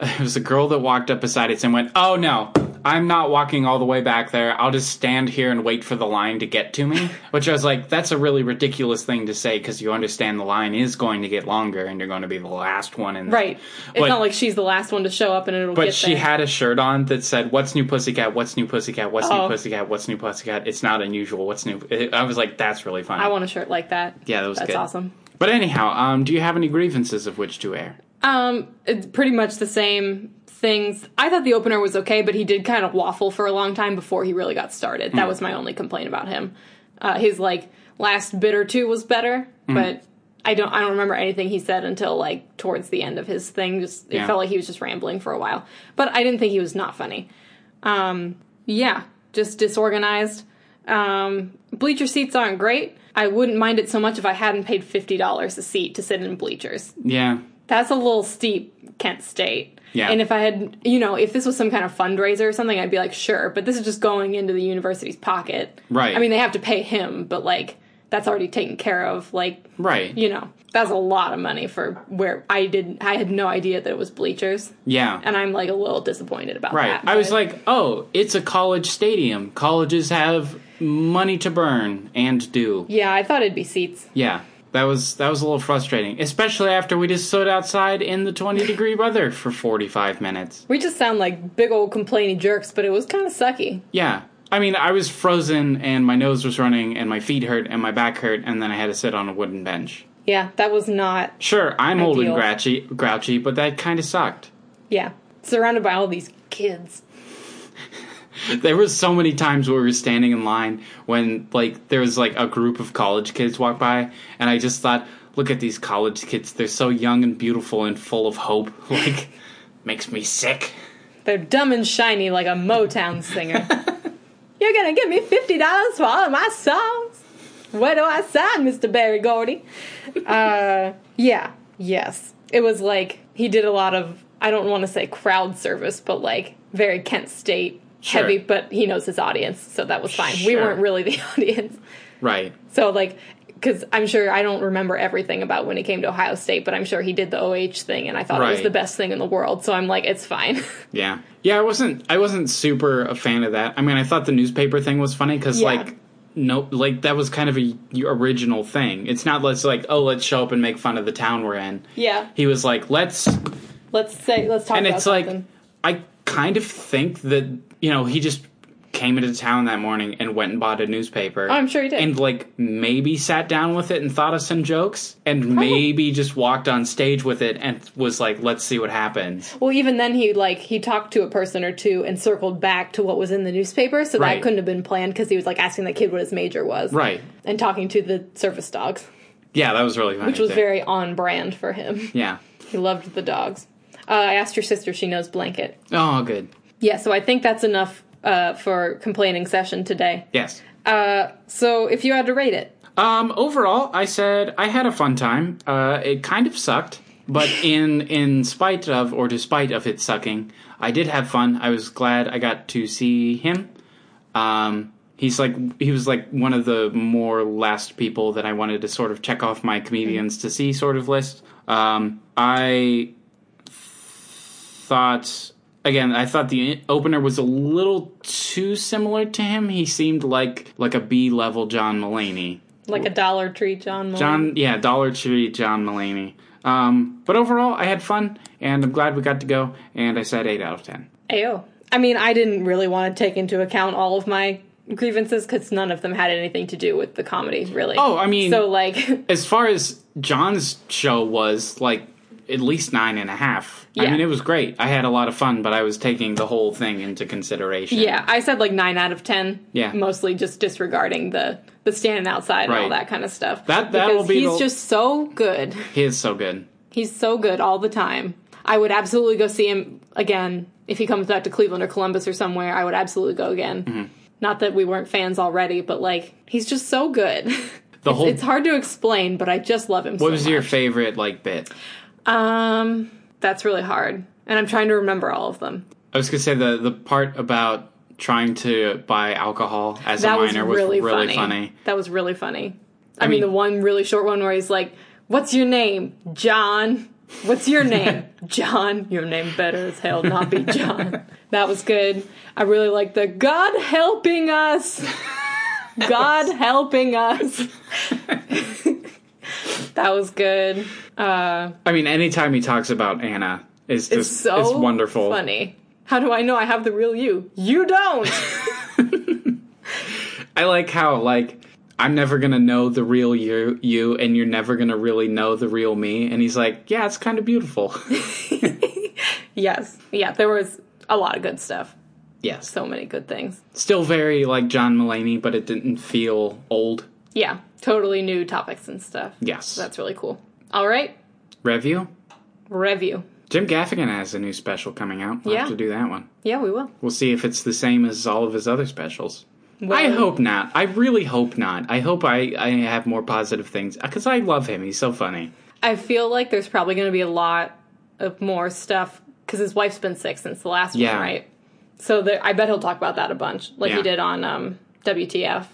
B: there was a girl that walked up beside us and went, "Oh no, I'm not walking all the way back there. I'll just stand here and wait for the line to get
A: [laughs]
B: to me." Which I was like, "That's a really ridiculous thing to say because you understand the line is going to get longer and you're going to be the last one in." the-"
A: Right. It's
B: But-
A: not like she's the last one to show up and it'll
B: But
A: get
B: she
A: there.
B: had a shirt on that said, "What's new, pussycat? What's new, pussycat? What's new,
A: Oh.
B: pussycat? What's new, pussycat? It's not unusual. What's new?" I was like, "That's really funny."
A: I want a shirt like that.
B: Yeah, that was
A: That's
B: good.
A: awesome.
B: But anyhow, um, do you have any grievances of which to air?
A: Um, it's pretty much the same things. I thought the opener was okay, but he did kind of waffle for a long time before he really got started. That was my only complaint about him. Uh, his like last bit or two was better, but I don't I don't remember anything he said until like towards the end of his thing. Just it
B: Yeah.
A: felt like he was just rambling for a while. But I didn't think he was not funny. Um, yeah, just disorganized. Um, bleacher seats aren't great. I wouldn't mind it so much if I hadn't paid fifty dollars a seat to sit in bleachers
B: Yeah,
A: that's a little steep kent state
B: Yeah.
A: and if i had you know if this was some kind of fundraiser or something i'd be like sure but this is just going into the university's pocket
B: Right.
A: i mean they have to pay him but like that's already taken care of like
B: right.
A: you know that's a lot of money for where i didn't i had no idea that it was bleachers
B: yeah,
A: and i'm like a little disappointed about
B: right.
A: that
B: I was
A: but-
B: like, oh, it's a college stadium. Colleges have money to burn and do.
A: yeah i thought it'd be seats
B: Yeah, that was that was a little frustrating, especially after we just stood outside in the twenty degree weather for forty five minutes.
A: we just sound like big old complaining jerks but it was kind of sucky
B: Yeah. I mean, I was frozen and my nose was running and my feet hurt and my back hurt and then I had to sit on a wooden bench.
A: yeah that was not
B: Sure, I'm old and
A: Ideal.
B: grouchy, grouchy, but that kind of sucked.
A: yeah surrounded by all these kids
B: there was so many times where we were standing in line when like there was like a group of college kids walk by and I just thought, look at these college kids. They're so young and beautiful and full of hope. [laughs] Like makes me sick.
A: They're dumb and shiny like a Motown
B: [laughs]
A: singer. You're gonna give me fifty dollars for all of my songs. Where do I sign, Mr. Barry Gordy? Uh, yeah, yes. It was like he did a lot of I don't want to say crowd service, but like very Kent State
B: Sure.
A: heavy. But he knows his audience, so that was fine. We
B: Sure.
A: weren't really the [laughs] audience.
B: Right.
A: So like, because I'm sure I don't remember everything about when he came to Ohio State, but I'm sure he did the OH thing, and I thought it was
B: Right.
A: the best thing in the world. So I'm like, it's fine. [laughs]
B: Yeah. Yeah, I wasn't I wasn't super a fan of that. I mean, I thought the newspaper thing was funny cuz
A: Yeah.
B: like no like that was kind of a original thing. It's not let's like oh, let's show up and make fun of the town we're in.
A: Yeah.
B: He was like, "Let's
A: let's say let's talk.
B: and
A: about
B: it's like
A: something.
B: I kind of think that you know he just came into town that morning and went and bought a newspaper.
A: Oh, I'm sure he did.
B: and like maybe sat down with it and thought of some jokes, and maybe just walked on stage with it and was like, "Let's see what happens."
A: Well, even then, he like he talked to a person or two and circled back to what was in the newspaper, so
B: Right.
A: that couldn't have been planned because he was like asking the kid what his major was,
B: Right?
A: And talking to the service dogs,
B: Yeah, that was really funny.
A: which was
B: too.
A: very on brand for him. [laughs]
B: yeah.
A: he loved the dogs. Uh, I asked your sister; if she knows blanket.
B: Oh, good.
A: Yeah, so I think that's enough uh, for complaining session today.
B: Yes.
A: Uh, so if you had to rate it,
B: Um, overall, I said I had a fun time. Uh, it kind of sucked, but in in spite of or despite of it sucking, I did have fun. I was glad I got to see him. Um, he's like he was like one of the more last people that I wanted to sort of check off my comedians to see sort of list. Um, I thought again i thought the opener was a little too similar to him he seemed like like a b level john mullaney
A: like a Dollar Tree John. Mulaney.
B: John, yeah, Dollar Tree, John Mulaney. Um, but overall, I had fun, and I'm glad we got to go. And I said eight out of ten.
A: Ayo. I mean, I didn't really want to take into account all of my grievances because none of them had anything to do with the comedy, really.
B: Oh, I mean-
A: so like, [laughs]
B: As far as John's show was, like at least nine and a half. I
A: Yeah.
B: mean, it was great. I had a lot of fun, but I was taking the whole thing into consideration.
A: yeah, I said like nine out of ten.
B: Yeah.
A: mostly just disregarding the the standing outside and
B: Right.
A: all that kind of stuff.
B: That- that'll
A: Because
B: be
A: he's
B: the-
A: just so good.
B: he is so good.
A: He's so good all the time. I would absolutely go see him again if he comes back to Cleveland or Columbus or somewhere. I would absolutely go again.
B: Mm-hmm.
A: Not that we weren't fans already, but like he's just so good. [laughs]
B: The whole.
A: it's hard to explain, but I just love him.
B: what was your favorite like bit?
A: Um, that's really hard, and I'm trying to remember all of them.
B: I was gonna say the the part about trying to buy alcohol as
A: That
B: a minor
A: was really, funny.
B: really funny.
A: That was really funny. I, mean,
B: mean-
A: the one really short one where he's like, "What's your name, John? What's
B: [laughs]
A: your name, John? Your name better as hell not be John." that was good. I really like the God helping
B: [laughs]
A: us. God helping us. [laughs]
B: [laughs]
A: that was good. Uh,
B: I mean, anytime he talks about Anna is
A: it's
B: just
A: so
B: it's wonderful.
A: funny. How do I know I have the real you? You don't.
B: [laughs] I like how like I'm never gonna know the real you, you, and you're never gonna really know the real me. And he's like, yeah, it's kind of beautiful. [laughs]
A: Yes. Yeah, there was a lot of good stuff.
B: yes,
A: So many good things.
B: still very like John Mulaney, but it didn't feel old.
A: Yeah, totally new topics and stuff.
B: Yes,
A: That's really cool. All right,
B: review.
A: review.
B: Jim Gaffigan has a new special coming out. We'll
A: Yeah.
B: have to do that one.
A: Yeah, we will.
B: We'll see if it's the same as all of his other specials. I
A: Well-
B: hope not. I really hope not. I hope I, I have more positive things because I love him. He's so funny.
A: I feel like there's probably going to be a lot of more stuff because his wife's been sick since the last
B: Yeah.
A: one, right? So there, I bet he'll talk about that a bunch, like
B: Yeah.
A: he did on um, WTF.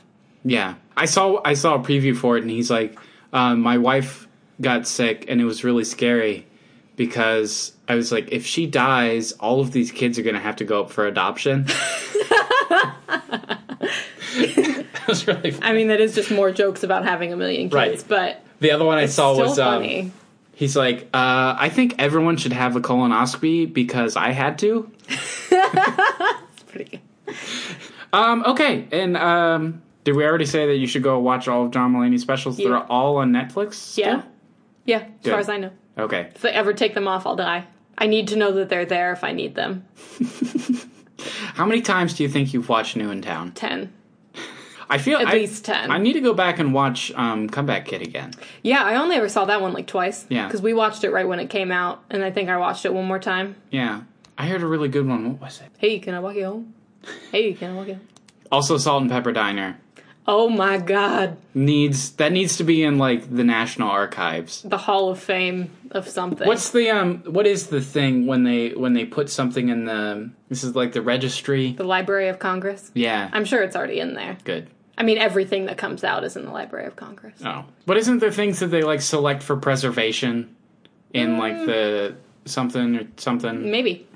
B: Yeah, I saw I saw a preview for it, and he's like, um, "My wife got sick, and it was really scary because I was like, if she dies, all of these kids are going to have to go up
A: [laughs]
B: for adoption." [laughs] that was really funny.
A: I mean, that is just more jokes about having a million kids,
B: Right.
A: but
B: the other one I saw
A: still
B: was
A: funny.
B: um, he's like, uh, "I think everyone should have a colonoscopy because I had to."
A: Pretty good.
B: Um, okay, and um, did we already say that you should go watch all of John Mulaney's specials?
A: Yeah.
B: They're all on Netflix. still?
A: Yeah, yeah. As
B: Good.
A: far as I know.
B: Okay.
A: If I ever take them off, I'll die. I need to know that they're there if I need them.
B: How many times do you think you've watched New in Town?
A: 10.
B: I feel
A: At
B: I-
A: least 10.
B: I need to go back and watch um, Comeback Kid again.
A: Yeah, I only ever saw that one like twice.
B: Yeah.
A: Because we watched it right when it came out, and I think I watched it one more time.
B: Yeah, I heard a really good one. What was it?
A: Hey, can I walk you home? Hey, can I walk you home?
B: Also, Salt and Pepper Diner
A: Oh my god.
B: needs that needs to be in like the National Archives.
A: The Hall of Fame of something.
B: What's the um? What is the thing when they when they put something in the? This is like the registry.
A: the Library of Congress?
B: Yeah,
A: I'm sure it's already in there.
B: good.
A: I mean, everything that comes out is in the Library of Congress.
B: Oh, but isn't there things that they like select for preservation in
A: Mm.
B: like the something or something?
A: Maybe.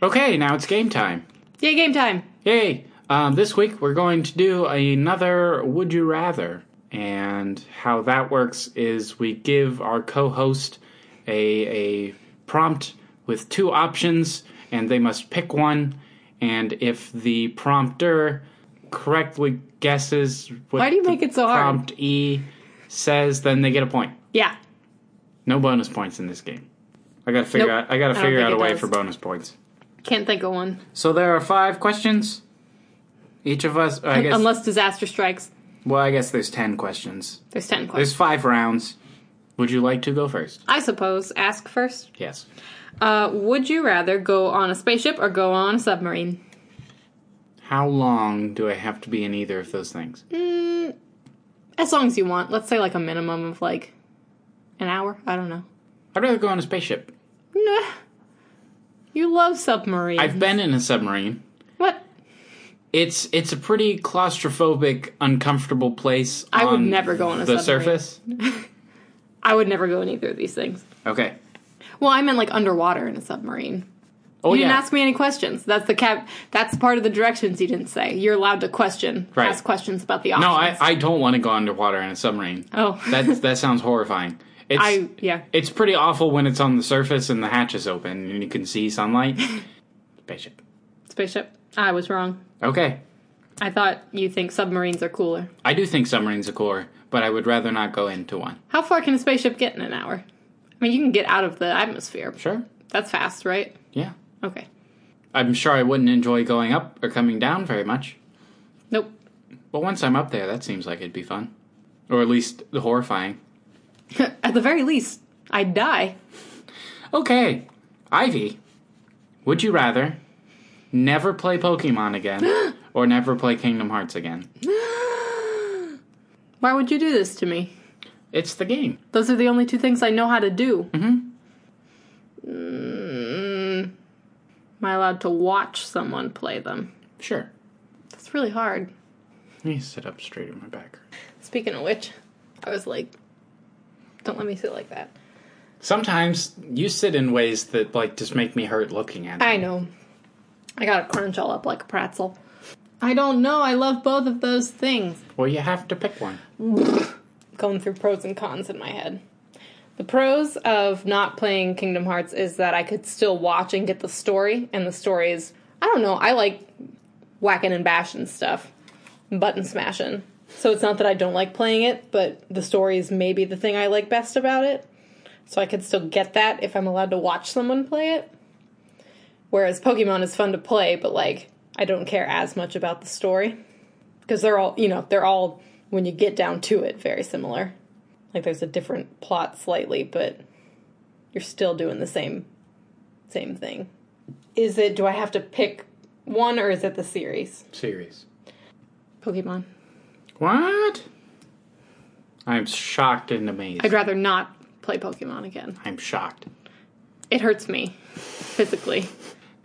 B: Okay, now it's game time.
A: Yay, game time.
B: Yay! Um, this week we're going to do another Would You Rather. And how that works is we give our co host a, a prompt with two options, and they must pick one. And if the prompter correctly guesses what
A: Why do you
B: the
A: make it so hard?
B: prompt E says, then they get a point.
A: Yeah.
B: No bonus points in this game. I gotta figure
A: Nope.
B: out. I gotta
A: I don't
B: figure
A: think
B: out a
A: it
B: way
A: does.
B: for bonus points.
A: Can't think of one.
B: So there are five questions. Each of us,
A: [laughs]
B: I guess.
A: Unless disaster strikes.
B: well, I guess there's ten questions.
A: There's 10 questions.
B: There's five rounds. Would you like to go first?
A: I suppose. Ask first.
B: Yes.
A: Uh, would you rather go on a spaceship or go on a submarine?
B: How long do I have to be in either of those things?
A: As long as you want. Let's say like a minimum of like an hour. I don't know.
B: I'd rather go on a spaceship.
A: Nah. You love submarines.
B: I've been in a submarine.
A: what?
B: It's it's a pretty claustrophobic, uncomfortable place.
A: I would
B: on
A: never go on a
B: the
A: submarine.
B: surface.
A: I would never go in either of these things.
B: Okay.
A: Well, I meant like underwater in a submarine.
B: Oh
A: You
B: yeah.
A: didn't ask me any questions. That's the cap. That's part of the directions you didn't say. You're allowed to question,
B: Right.
A: ask questions about the
B: no,
A: options.
B: I, I don't want to go underwater in a submarine.
A: Oh. [laughs]
B: that that sounds horrifying. It's,
A: I yeah.
B: It's pretty awful when it's on the surface and the hatch is open and you can see sunlight. [laughs] Spaceship.
A: Spaceship. I was wrong.
B: Okay.
A: I thought you think submarines are cooler.
B: I do think submarines are cooler, but I would rather not go into one.
A: How far can a spaceship get in an hour? I mean, you can get out of the atmosphere.
B: Sure.
A: That's fast, right?
B: Yeah.
A: Okay.
B: I'm sure I wouldn't enjoy going up or coming down very much.
A: Nope.
B: But once I'm up there, that seems like it'd be fun. Or at least horrifying.
A: At the very least, I'd die.
B: Okay. Ivy, would you rather never play Pokemon again [gasps] or never play Kingdom Hearts again?
A: Why would you do this to me?
B: It's the game.
A: Those are the only two things I know how to do. Mm-hmm. Mm. Am I allowed to watch someone play them?
B: Sure.
A: That's really hard.
B: Let me sit up straight in my back.
A: Speaking of which, I was like, don't let me sit like that.
B: Sometimes you sit in ways that like just make me hurt looking at. Them.
A: I know. I gotta crunch all up like a pretzel. I don't know. I love both of those things.
B: Well, you have to pick one.
A: going through pros and cons in my head. The pros of not playing Kingdom Hearts is that I could still watch and get the story, and the story is I don't know, I like whacking and bashing stuff, button smashing. So it's not that I don't like playing it, but the story is maybe the thing I like best about it. So I could still get that if I'm allowed to watch someone play it. Whereas Pokemon is fun to play, but like I don't care as much about the story because they're all you know they're all when you get down to it very similar like there's a different plot slightly but you're still doing the same same thing is it do i have to pick one or is it the series
B: Series.
A: pokemon
B: What? I'm shocked and amazed.
A: i'd rather not play pokemon again
B: I'm shocked.
A: it hurts me physically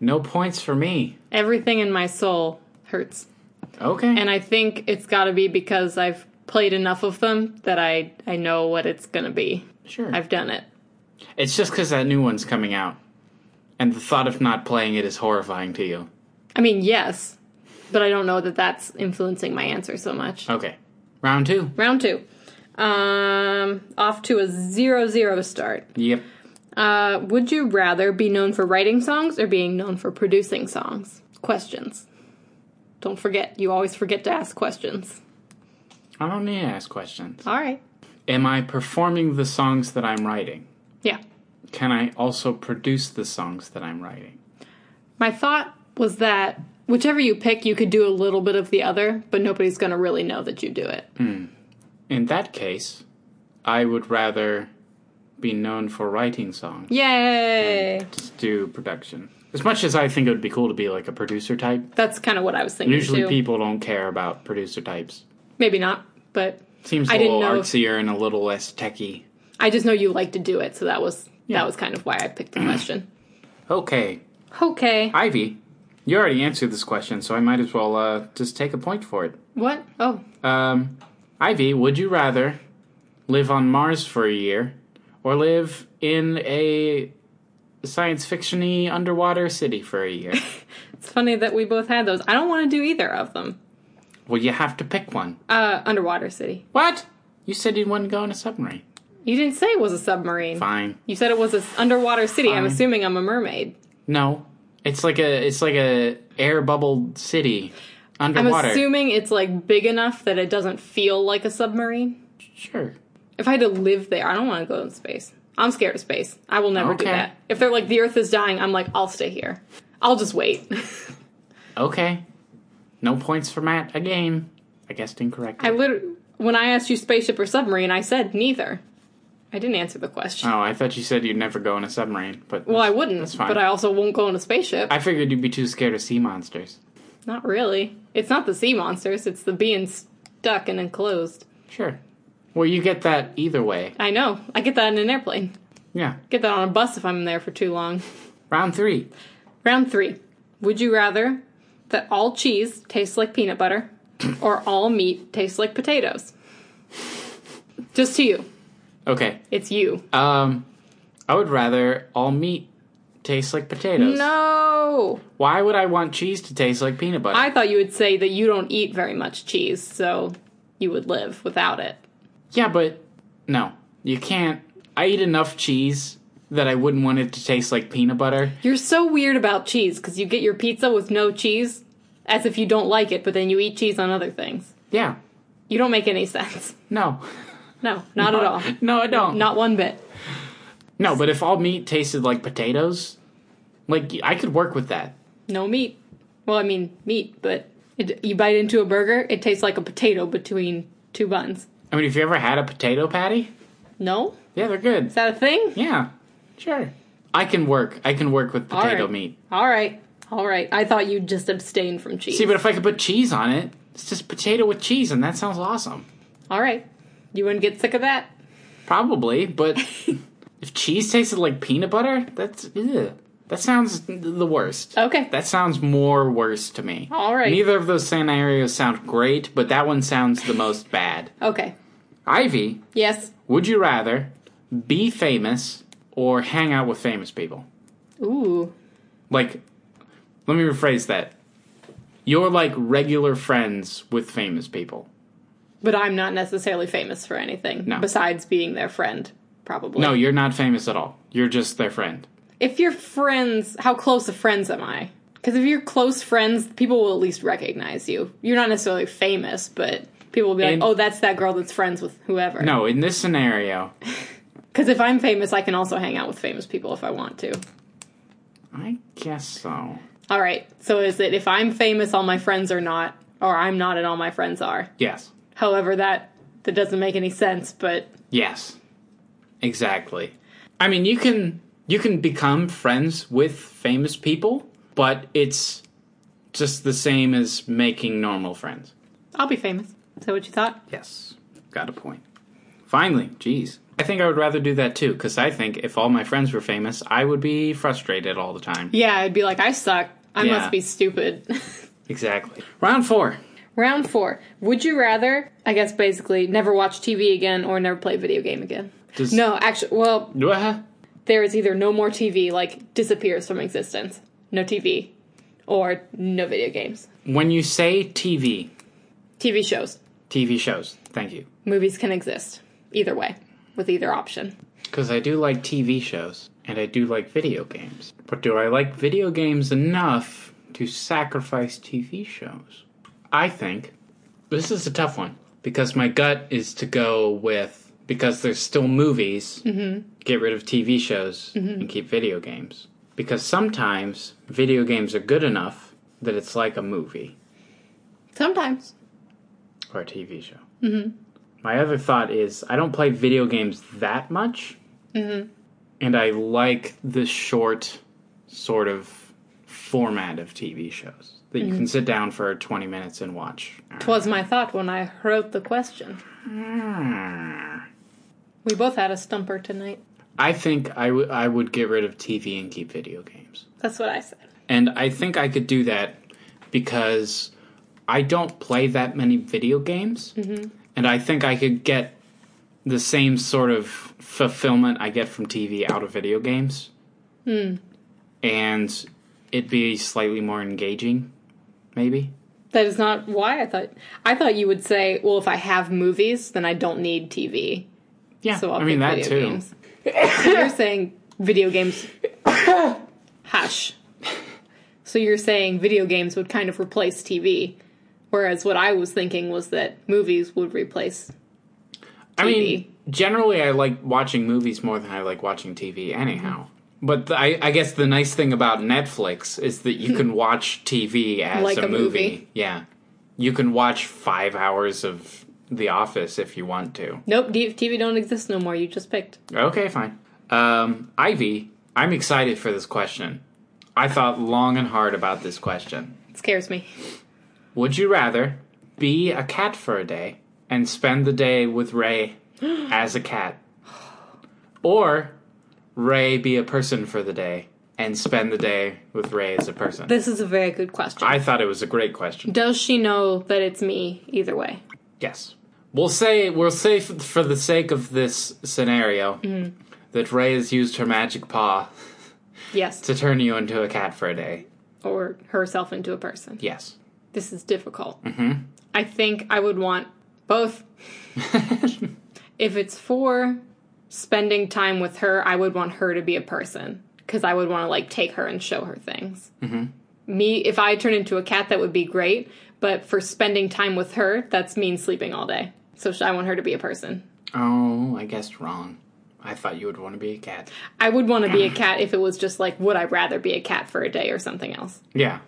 B: No points for me.
A: everything in my soul hurts
B: Okay.
A: and i think it's got to be because i've played enough of them that i i know what it's going to be
B: sure.
A: i've done it
B: It's just because that new one's coming out, and the thought of not playing it is horrifying to you.
A: I mean, yes, but I don't know that that's influencing my answer so much.
B: Okay. Round two.
A: Round two. Um, off to a zero zero start.
B: Yep.
A: Uh, would you rather be known for writing songs or being known for producing songs? Questions. Don't forget, you always forget to ask questions.
B: I don't need to ask questions.
A: All right.
B: Am I performing the songs that I'm writing?
A: Yeah.
B: Can I also produce the songs that I'm writing?
A: My thought was that whichever you pick, you could do a little bit of the other, but nobody's going to really know that you do it.
B: In that case, I would rather be known for writing songs
A: Yay!
B: to do production. As much as I think it would be cool to be like a producer type,
A: That's kind of what I was thinking
B: usually
A: too.
B: people don't care about producer types.
A: Maybe not, but
B: Seems a
A: I didn't
B: little
A: know if-
B: artsier and a little less techy.
A: I just know you like to do it, so that was
B: Yeah.
A: that was kind of why I picked the question.
B: Okay,
A: Okay.
B: Ivy, you already answered this question, so I might as well uh, just take a point for it.
A: What? Oh,
B: Um, Ivy, would you rather live on Mars for a year or live in a science fiction-y underwater city for
A: [laughs]
B: a year?
A: it's funny that we both had those. I don't want to do either of them.
B: well, you have to pick one.
A: Uh, underwater city.
B: what? You said you wouldn't go in a submarine.
A: You didn't say it was a submarine.
B: Fine.
A: You said it was an underwater city. I'm
B: Fine.
A: assuming I'm a mermaid.
B: No, it's like a it's like a air bubbled city
A: I'm
B: underwater.
A: assuming it's like big enough that it doesn't feel like a submarine.
B: sure.
A: If I had to live there, I don't want to go in space. I'm scared of space. I will never do
B: Okay.
A: that. If they're like the Earth is dying, I'm like I'll stay here. I'll just wait. [laughs]
B: Okay. No points for Matt again. I guessed incorrectly.
A: I literally, when I asked you spaceship or submarine, I said neither. I didn't answer the question.
B: oh, I thought you said you'd never go in a submarine, but
A: well, I wouldn't,
B: That's fine.
A: but I also won't go on a spaceship.
B: I figured you'd be too scared of sea monsters.
A: not really. It's not the sea monsters. It's the being stuck and enclosed.
B: Sure. Well, you get that either way.
A: I know. I get that in an airplane.
B: Yeah.
A: Get that on a bus if I'm there for too long.
B: Round three.
A: Round three. Would you rather that all cheese tastes like peanut
B: [coughs]
A: butter or all meat tastes like potatoes? Just to you.
B: Okay.
A: It's you.
B: Um, I would rather all meat taste like potatoes.
A: No!
B: Why would I want cheese to taste like peanut butter?
A: I thought you would say that you don't eat very much cheese, so you would live without it.
B: Yeah, but no, you can't. I eat enough cheese that I wouldn't want it to taste like peanut butter.
A: You're so weird about cheese because you get your pizza with no cheese as if you don't like it, but then you eat cheese on other things.
B: Yeah.
A: You don't make any [laughs] sense.
B: No. [laughs]
A: No, not at all.
B: No, I don't.
A: Not one bit.
B: No, but if all meat tasted like potatoes, like I could work with that.
A: No meat. Well, I mean, meat, but it, you bite into a burger, it tastes like a potato between two buns.
B: I mean, if you ever had a potato patty,
A: No?
B: yeah, they're good.
A: Is that a thing?
B: Yeah, sure. I can work. I can work with
A: All
B: potato
A: right.
B: meat.
A: All right. All right. I thought you'd just abstain from cheese.
B: See, but if I could put cheese on it, it's just potato with cheese, and that sounds awesome.
A: all right. You wouldn't get sick of that? [laughs]
B: Probably, but if cheese tasted like peanut butter, that's ugh. that sounds the worst.
A: Okay.
B: That sounds more worse to me.
A: All right.
B: Neither of those scenarios sound great, but that one sounds the most bad.
A: Okay.
B: Ivy,
A: Yes.
B: would you rather be famous or hang out with famous people?
A: Ooh.
B: Like, let me rephrase that. You're like regular friends with famous people.
A: But I'm not necessarily famous for anything
B: No.
A: besides being their friend, probably.
B: No, you're not famous at all. You're just their friend.
A: If you're friends, how close of friends am I? Because if you're close friends, people will at least recognize you. You're not necessarily famous, but people will be like,
B: And-
A: oh, that's that girl that's friends with whoever.
B: No, in this scenario,
A: Because if I'm famous, I can also hang out with famous people if I want to.
B: I guess so.
A: All right. So is it if I'm famous, all my friends are not, or I'm not and all my friends are?
B: Yes.
A: However, that that doesn't make any sense, but
B: Yes. Exactly. I mean, you can you can become friends with famous people, but it's just the same as making normal friends.
A: I'll be famous. Is that what you thought?
B: Yes. Got a point. Finally, jeez. I think I would rather do that too, because I think if all my friends were famous, I would be frustrated all the time.
A: Yeah, I'd be like, I suck. I
B: Yeah.
A: must be stupid. [laughs]
B: Exactly. Round four.
A: Round four. Would you rather, I guess basically, never watch TV again or never play a video game again?
B: Does-
A: no, actually, well,
B: Blah.
A: there is either no more TV, like disappears from existence, no TV, or no video games.
B: When you say TV,
A: TV shows,
B: TV shows, thank you.
A: movies can exist either way, with either option.
B: Because I do like TV shows and I do like video games. But do I like video games enough to sacrifice TV shows? I think this is a tough one because my gut is to go with because there's still movies, get rid of TV shows and keep video games. Because sometimes video games are good enough that it's like a movie
A: Sometimes.
B: or a TV show. Mm-hmm. My other thought is I don't play video games that much, mm-hmm. and I like the short sort of format of TV shows that you can sit down for 20 minutes and watch.
A: Twas my thought when I wrote the question. We both had a stumper tonight.
B: I think I, w- I would get rid of TV and keep video games.
A: That's what I said.
B: And I think I could do that because I don't play that many video games.
A: Mm-hmm.
B: And I think I could get the same sort of fulfillment I get from TV out of video games.
A: Hmm.
B: And it'd be slightly more engaging, maybe.
A: That is not why I thought. I thought you would say, "Well, if I have movies, then I don't need TV."
B: Yeah,
A: So I'll
B: I mean,
A: pick video
B: that too.
A: games. So you're saying video games. Hush. So you're saying video games would kind of replace TV, whereas what I was thinking was that movies would replace.
B: I
A: TV.
B: mean, generally, I like watching movies more than I like watching TV, anyhow. But the, I, I guess the nice thing about Netflix is that you [laughs] can watch TV as
A: Like
B: a,
A: a
B: movie.
A: movie.
B: Yeah, you can watch five hours of The Office if you want to.
A: Nope, D- TV don't exist no more. You just picked.
B: Okay, fine. Um, Ivy, I'm excited for this question. I thought long and hard about this question.
A: It scares me.
B: Would you rather be a cat for a day and spend the day with Ray as a cat? Or Ray be a person for the day and spend the day with Ray as a person?
A: This is a very good question.
B: I thought it was a great question.
A: Does she know that it's me either way?
B: Yes. We'll say we'll say f- for the sake of this scenario that Ray has used her magic paw
A: Yes.
B: to turn you into a cat for a day.
A: Or herself into a person.
B: Yes.
A: This is difficult. Mm-hmm. I think I would want [laughs] both. if it's for spending time with her, I would want her to be a person because I would want to like take her and show her things. Mm-hmm. Me, if I turn into a cat, that would be great. But for spending time with her, that's means sleeping all day. So sh- I want her to be a person.
B: Oh, I guessed wrong. I thought you would want to be a cat.
A: I would want to be a [laughs] cat if it was just like, would I rather be a cat for a day or something else?
B: Yeah.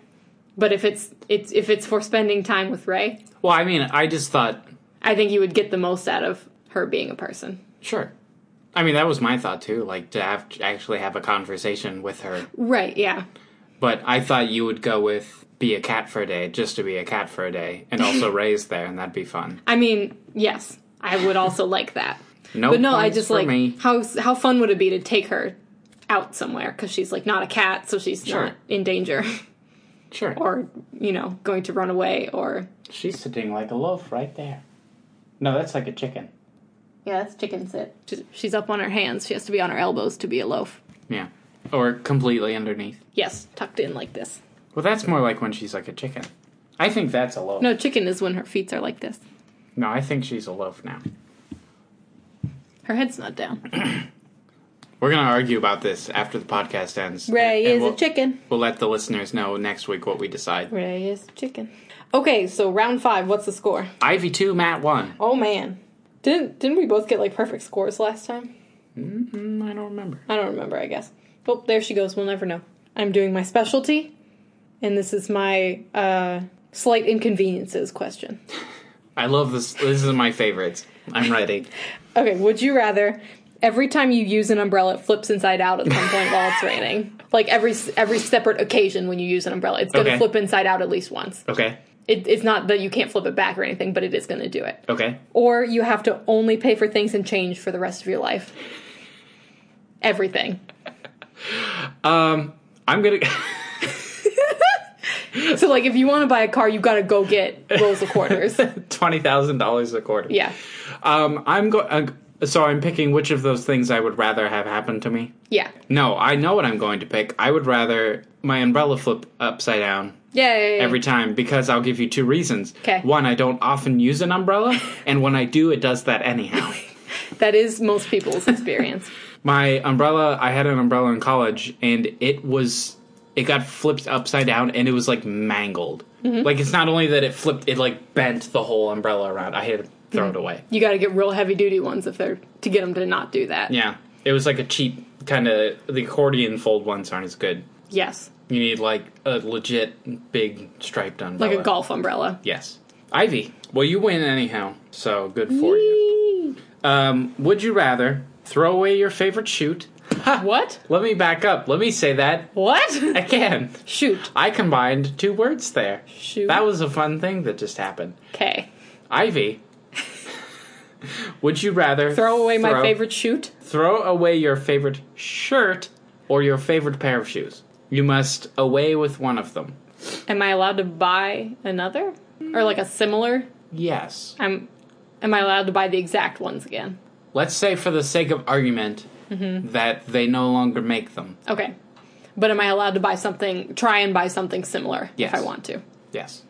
A: But if it's it's if it's for spending time with Ray,
B: Well, I mean, I just thought
A: I think you would get the most out of her being a person.
B: Sure. I mean, that was my thought too, like to have to actually have a conversation with her.
A: Right, yeah.
B: But I thought you would go with be a cat for a day, just to be a cat for a day,
A: [laughs]
B: and also raise there, and that'd be fun.
A: I mean, yes, I would [laughs] also like that.
B: No,
A: But no, I
B: points
A: just
B: for
A: like
B: me.
A: how how fun would it be to take her out somewhere because she's like not a cat, so she's
B: Sure.
A: not in danger [laughs]
B: Sure.
A: or you know going to run away or
B: She's sitting like a loaf right there. No, that's like a chicken.
A: yeah, that's chicken sit. She's- She's up on her hands. She has to be on her elbows to be a loaf.
B: Yeah. Or completely underneath.
A: Yes, tucked in like this.
B: Well, that's more like when she's like a chicken. I think that's a loaf.
A: No, chicken is when her feet are like this.
B: no I think she's a loaf now.
A: Her head's not down.
B: We're going to argue about this after the podcast ends.
A: Ray
B: and- and
A: is
B: we'll-
A: a chicken.
B: We'll let the listeners know next week what we decide.
A: Ray is a chicken. Okay, so round five. What's the score?
B: Ivy 2, Matt 1.
A: Oh man, didn't didn't we both get like perfect scores last time?
B: Mm, I don't remember.
A: I don't remember. I guess. Oh, there she goes. We'll never know. I'm doing my specialty, and this is my uh, slight inconveniences question.
B: I love this. This is my favorites. I'm ready.
A: Okay, would you rather? Every time you use an umbrella, it flips inside out at some point while it's raining. Like every every separate occasion when you use an umbrella, it's going to
B: Okay.
A: flip inside out at least once.
B: Okay.
A: It, it's not that you can't flip it back or anything, but it is going to do it.
B: Okay.
A: Or you have to only pay for things and change for the rest of your life. Everything.
B: I'm gonna. [laughs]
A: So like if you want to buy a car, you got to go get rolls of
B: [laughs]
A: quarters.
B: Twenty thousand dollars a quarter.
A: yeah.
B: Um. I'm go. Uh, so I'm picking which of those things I would rather have happen to me.
A: Yeah.
B: No, I know what I'm going to pick. I would rather my umbrella flip upside down
A: Yeah. yeah, yeah.
B: every time because I'll give you two reasons.
A: 'Kay.
B: One, I don't often use an [laughs] umbrella, and when I do, it does that anyhow.
A: that is most people's experience.
B: my umbrella i had an umbrella in college and it was it got flipped upside down and it was like mangled
A: Mm-hmm.
B: like it's not only that it flipped it like bent the whole umbrella around i had to throw
A: Mm-hmm.
B: it away
A: you got to get real heavy duty ones if they're to get them to not do that.
B: yeah it was like a cheap kind of the accordion fold ones aren't as good
A: Yes.
B: You need like a legit big striped umbrella.
A: like a golf umbrella.
B: Yes. Ivy. Well, you win anyhow, so good for you. Um, would you rather throw away your favorite shoot?
A: What?
B: Let me back up. Let me say that [laughs]
A: What?
B: again.
A: Shoot.
B: I combined two words there.
A: Shoot.
B: That was a fun thing that just happened.
A: Okay.
B: Ivy. would you rather
A: Throw away my
B: throw-
A: favorite shoot.
B: throw away your favorite shirt or your favorite pair of shoes? You must away with one of them.
A: Am I allowed to buy another? Or like a similar?
B: Yes.
A: I'm am I allowed to buy the exact ones again?
B: Let's say for the sake of argument
A: Mm-hmm.
B: that they no longer make them.
A: Okay. But am I allowed to buy something try and buy something similar
B: Yes.
A: if I want to?
B: Yes.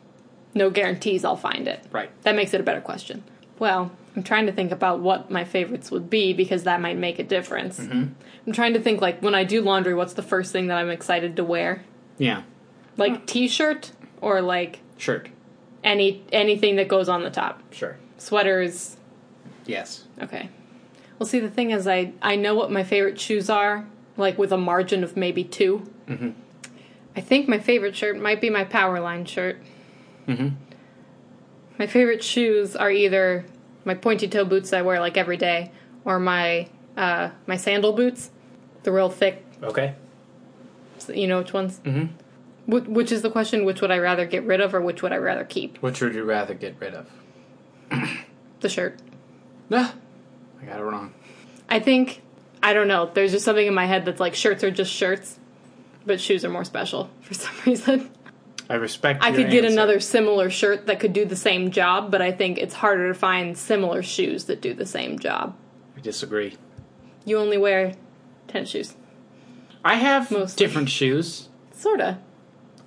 A: No guarantees I'll find it.
B: Right.
A: That makes it a better question. Well, I'm trying to think about what my favorites would be because that might make a difference. I'm trying to think like when I do laundry, what's the first thing that I'm excited to wear?
B: Yeah.
A: Like t-shirt or like
B: Shirt.
A: any anything that goes on the top.
B: Sure.
A: Sweaters.
B: Yes.
A: Okay. Well, see, the thing is, I I know what my favorite shoes are, like with a margin of maybe 2 Mm-hmm. I think my favorite shirt might be my Powerline shirt. Mm-hmm. My favorite shoes are either my pointy toe boots I wear like every day, or my uh, my sandal boots, the real thick.
B: Okay.
A: You know which ones? Mm-hmm. Which is the question? Which would I rather get rid of, or which would I rather keep?
B: Which would you rather get rid of?
A: The shirt.
B: Ah, I got it wrong.
A: I think I don't know. There's just something in my head that's like shirts are just shirts, but shoes are more special [laughs] for some reason.
B: I respect.
A: I
B: your
A: could get
B: answer.
A: another similar shirt that could do the same job, but I think it's harder to find similar shoes that do the same job.
B: I disagree.
A: You only wear tennis shoes,
B: I have
A: Mostly.
B: different shoes.
A: sorta.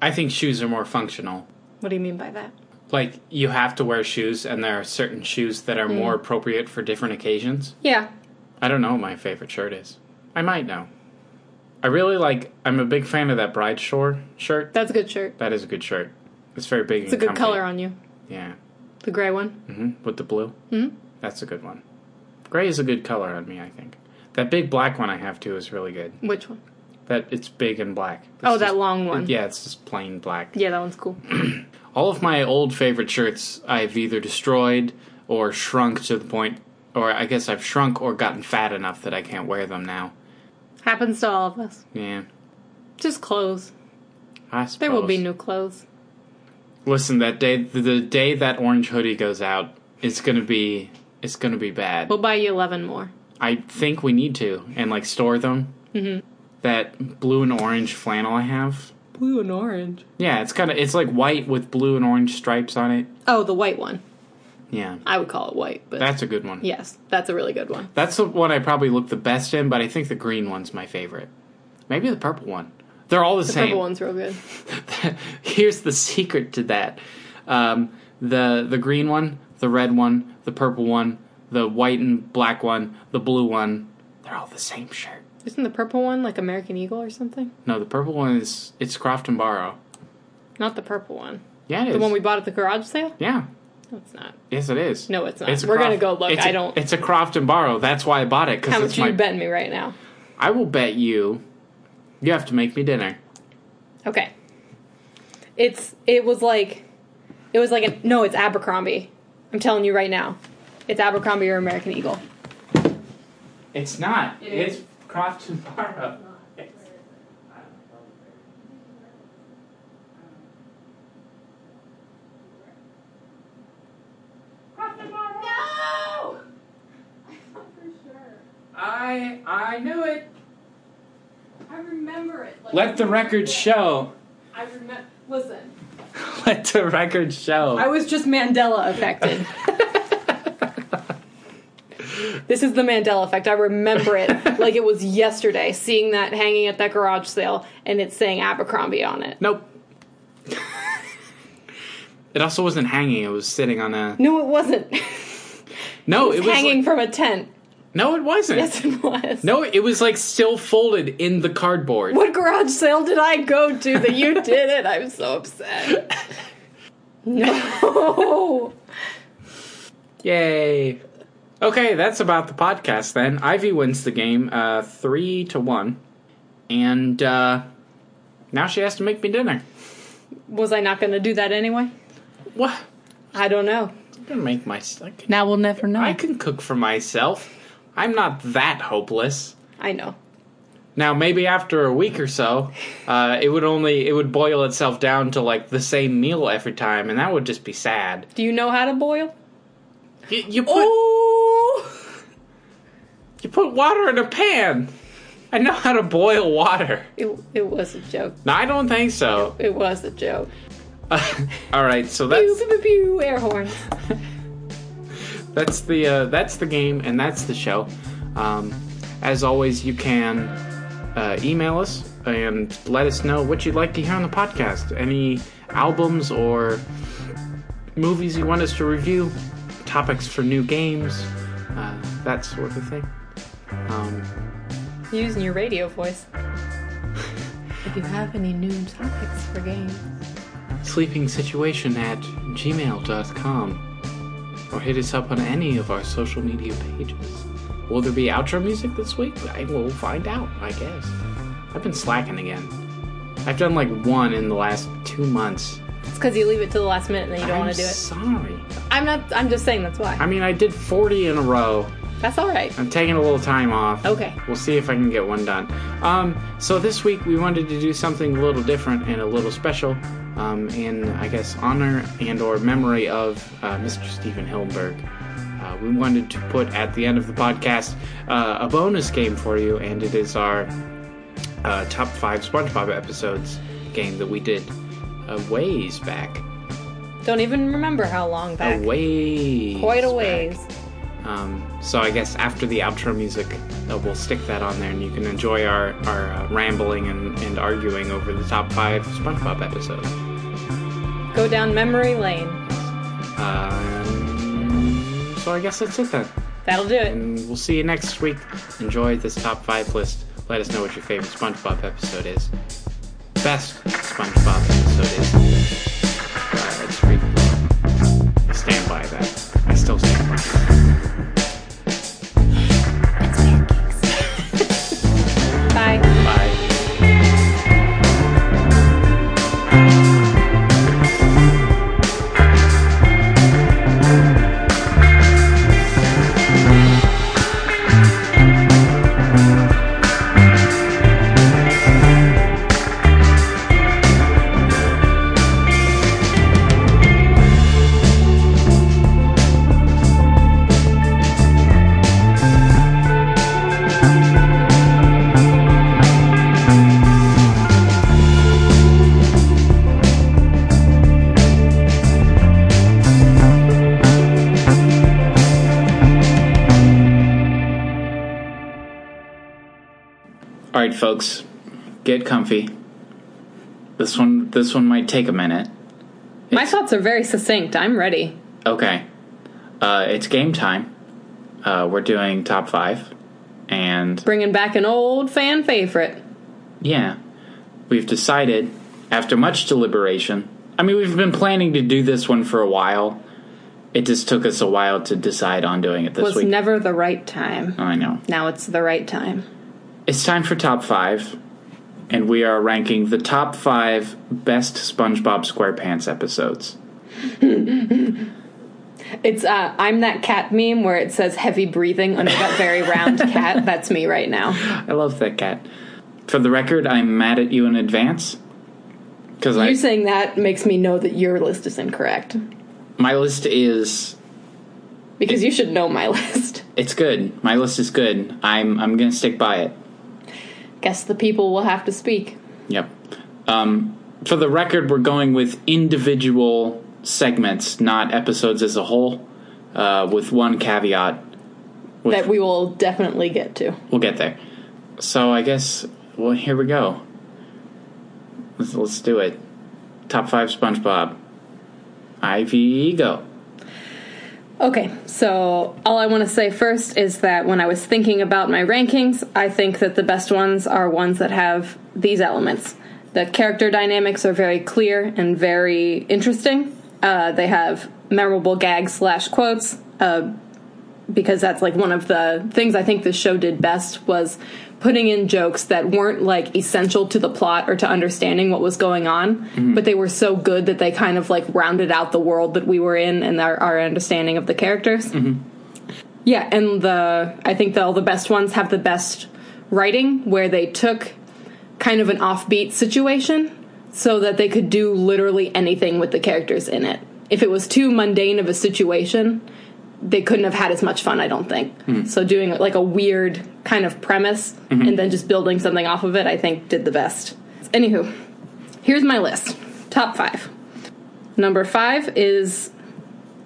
B: I think shoes are more functional.
A: What do you mean by that?
B: Like you have to wear shoes, and there are certain shoes that
A: Hmm.
B: are more appropriate for different occasions.
A: Yeah,
B: I don't know what my favorite shirt is. I might know. I really like. I'm a big fan of that Bride Shore shirt.
A: that's a good shirt.
B: That is a good shirt. It's very big.
A: It's a good color on you.
B: Yeah.
A: The gray one.
B: Mm-hmm. With the blue? Mm-hmm.
A: Hmm?
B: That's a good one. Gray is a good color on me, I think. That big black one I have too is really good.
A: Which one?
B: That it's big and black. It's
A: Oh, that
B: just-
A: long one.
B: Yeah, it's just plain black.
A: Yeah, that one's cool.
B: All of my old favorite shirts I've either destroyed or shrunk to the point, or I guess I've shrunk or gotten fat enough that I can't wear them now.
A: Happens to all of us.
B: Yeah,
A: Just clothes.
B: I suppose.
A: There will be new clothes.
B: Listen, that day, the, the day that orange hoodie goes out, it's gonna be, it's gonna be bad.
A: We'll buy you eleven more.
B: I think we need to and like store them. Mm-hmm. That blue and orange flannel I have.
A: Blue and orange.
B: Yeah, it's kind of it's like white with blue and orange stripes on it.
A: Oh, the white one.
B: Yeah,
A: I would call it white, but
B: that's a good one.
A: yes, that's a really good one.
B: That's the one I probably look the best in, but I think the green one's my favorite. Maybe the purple one. They're all the,
A: The
B: same.
A: purple one's real good.
B: [laughs] Here's the secret to that: um, the the green one, the red one, the purple one, the white and black one, the blue one. They're all the same shirt.
A: Isn't the purple one like American Eagle or something?
B: No, the purple one is it's Croft and Barrow.
A: Not the purple one.
B: Yeah, it is.
A: The one we bought at the garage sale?
B: Yeah.
A: No, it's not.
B: Yes, it is.
A: No, it's not.
B: a
A: We're
B: Croft-
A: gonna go look.
B: It's a-
A: I don't-
B: It's a Croft and Barrow. That's why I bought it. 'cause
A: How
B: it's
A: much are
B: my,
A: you betting me right now?
B: I will bet you. You have to make me dinner.
A: Okay. It's it was like it was like a no, it's Abercrombie. I'm telling you right now. It's Abercrombie or American Eagle.
B: It's not.
A: It It's is.
B: Croft and Barrow.
D: No! For sure.
B: I I knew it.
D: I remember it. Like,
B: Let the record show. [laughs]
D: I remember. Listen,
B: Let the record show.
A: I was just Mandela affected. this is the Mandela effect. I remember it like it was yesterday, seeing that hanging at that garage sale and it's saying Abercrombie on it.
B: nope. it also wasn't hanging. It was sitting on a.
A: No, it wasn't.
B: No, it was
A: [laughs] hanging
B: like-
A: from a tent.
B: no, it wasn't.
A: Yes, it was.
B: No, it was like still folded in the cardboard.
A: What garage sale did I go to that you did it? I'm so upset. No. [laughs]
B: Yay. Okay, that's about the podcast then. Ivy wins the game uh, 3 to 1. And uh, Now she has to make me dinner.
A: Was I not going to do that anyway?
B: What?
A: I don't know.
B: I'm gonna make my. I can,
A: Now we'll never know.
B: I
A: I,
B: can cook for myself. I'm not that hopeless.
A: know.
B: Now maybe after a week or so, uh, it would only it would boil itself down to like the same meal every time, and that would just be sad.
A: Do you know how to boil?
B: You, you put
A: Oh!
B: you put water in a pan. I know how to boil water.
A: It, it was a joke.
B: No, I don't think so. [laughs]
A: It was a joke.
B: All right, so
A: Pew,
B: that's
A: pew, pew, pew, air horn.
B: that's the uh, that's the game and that's the show. Um, as always, you can uh, email us and let us know what you'd like to hear on the podcast. Any albums or movies you want us to review, topics for new games, uh, that sort of thing. Um, [laughs]
A: Using your radio voice. If you have any new topics for games,
B: sleeping situation at gmail.com or hit us up on any of our social media pages. Will there be outro music this week? I will find out, I guess. I've been slacking again. I've done like one in the last two months.
A: it's because you leave it to the last minute and then you don't
B: I'm
A: want to do it.
B: Sorry.
A: I'm not. I'm just saying that's why.
B: I mean, I did 40 in a row.
A: That's all right.
B: I'm taking a little time off.
A: Okay.
B: We'll see if I can get one done. Um, so this week we wanted to do something a little different and a little special, um, in I guess honor and or memory of uh, Mr. Stephen Hillenberg. Uh, we wanted to put at the end of the podcast uh, a bonus game for you, and it is our uh, top five SpongeBob episodes game that we did uh, ways back.
A: Don't even remember how long back.
B: A ways.
A: Quite a
B: back.
A: ways.
B: Um, so I guess after the outro music, uh, we'll stick that on there, and you can enjoy our our uh, rambling and, and arguing over the top five SpongeBob episodes.
A: Go down memory lane.
B: Um, so I guess that's it then,
A: That'll do it.
B: and we'll see you next week. Enjoy this top five list. Let us know what your favorite SpongeBob episode is. Best SpongeBob episode is. Uh, it's pretty cool. Stand by that. I still stand by. it.
A: Bye.
B: Bye. All right, folks, get comfy. This one, this one might take a minute.
A: My thoughts are very succinct. I'm ready.
B: Okay, uh, it's game time. Uh, we're doing top five, and
A: Bringing back an old fan favorite.
B: yeah, we've decided after much deliberation. I mean, we've been planning to do this one for a while. It just took us a while to decide on doing it this
A: Was
B: week.
A: never the right time.
B: I know.
A: Now it's the right time.
B: It's time for top five, and we are ranking the top five best SpongeBob SquarePants episodes.
A: It's uh, I'm that cat meme where it says heavy breathing under that very [laughs] round cat. That's me right now.
B: I love that cat. For the record, I'm mad at you in advance because I
A: You saying that makes me know that your list is incorrect
B: my list is
A: because you should know my [laughs] list.
B: it's good. My list is good. I'm I'm gonna stick by it.
A: Guess the people will have to speak.
B: Yep. Um, for the record, we're going with individual segments, not episodes as a whole. Uh, with one caveat, Which-
A: That we will definitely get to.
B: we'll get there. So I guess well here we go. Let's, let's do it. Top five SpongeBob. Ivy go.
A: Okay, so all I want to say first is that when I was thinking about my rankings, I think that the best ones are ones that have these elements. The character dynamics are very clear and very interesting. Uh, they have memorable gags slash quotes, a
E: because that's like one of the things I think the show did best was putting in jokes that weren't like essential to the plot or to understanding what was going on, but they were so good that they kind of like rounded out the world that we were in and our, our understanding of the characters. Yeah, and the I think the, all the best ones have the best writing where they took kind of an offbeat situation so that they could do literally anything with the characters in it. If it was too mundane of a situation, they couldn't have had as much fun, I don't think. So doing like a weird kind of premise and then just building something off of it, I think did the best. Anywho, here's my list. Top five. Number five is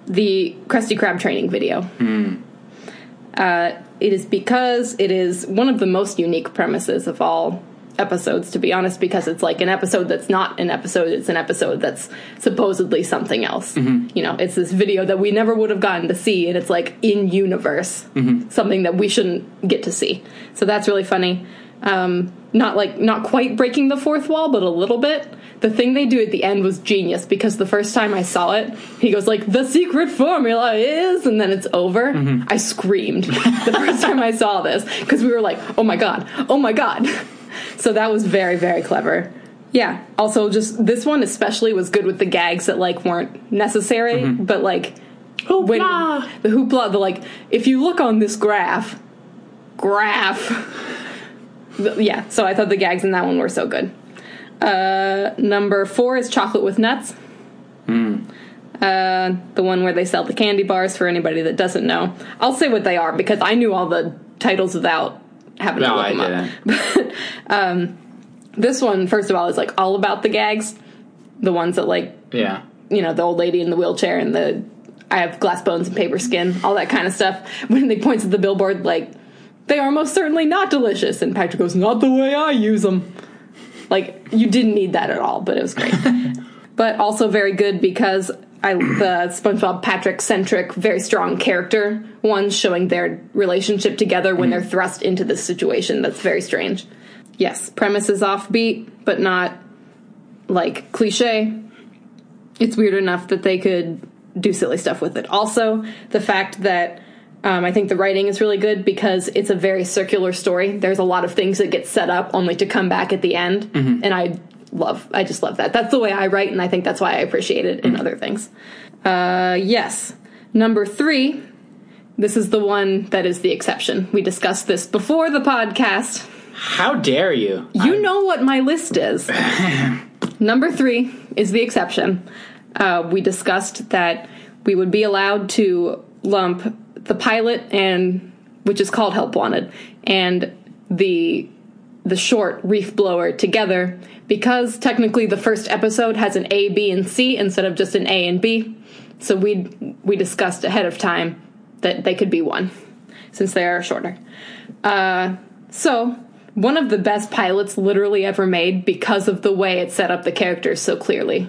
E: the Krusty Krab training video. Uh, it is because it is one of the most unique premises of all episodes, to be honest, because it's like an episode that's not an episode, it's an episode that's supposedly something else. You know, it's this video that we never would have gotten to see, and it's like in universe, something that we shouldn't get to see. So that's really funny. Um, not like not quite breaking the fourth wall, but a little bit. The thing they do at the end was genius because the first time I saw it, he goes like, "The secret formula is," and then it's over. I screamed [laughs] the first time I saw this because we were like, "Oh my god! Oh my god!" [laughs] So that was very very clever. Yeah. Also, just this one especially was good with the gags that like weren't necessary, but like when
B: Hoopla!
E: the hoopla, the like, if you look on this graph, graph. Th- yeah, so I thought the gags in that one were so good. Uh, number four is chocolate with nuts.
B: Hmm.
E: Uh, the one where they sell the candy bars for anybody that doesn't know. I'll say what they are because I knew all the titles without having to
B: No,
E: look
B: Oh, I
E: them up.
B: didn't.
E: This one, first of all, is like all about the gags. The ones that like
B: Yeah.
E: you know, the old lady in the wheelchair and the I have glass bones and paper skin, all that kind of stuff. [laughs] When they points at the billboard, like they are most certainly not delicious, and Patrick goes, "Not the way I use them." Like you didn't need that at all, but it was great. but also very good because I the SpongeBob Patrick centric, very strong character ones showing their relationship together when they're thrust into this situation that's very strange. Yes, premise is offbeat, but not like cliche it's weird enough that they could do silly stuff with it. Also, the fact that um, I think the writing is really good because it's a very circular story. There's a lot of things that get set up only to come back at the end, and I love. I just love that. That's the way I write, and I think that's why I appreciate it in other things. Uh, yes, number three. This is the one that is the exception. We discussed this before the podcast.
B: How dare you?
E: You know what my list is. Number three is the exception. Uh, we discussed that we would be allowed to lump the pilot and which is called Help Wanted and the the short Reef Blower together because technically the first episode has an A, B, and C instead of just an A and B. So we we discussed ahead of time that they could be one since they are shorter. Uh, so, one of the best pilots literally ever made because of the way it set up the characters so clearly.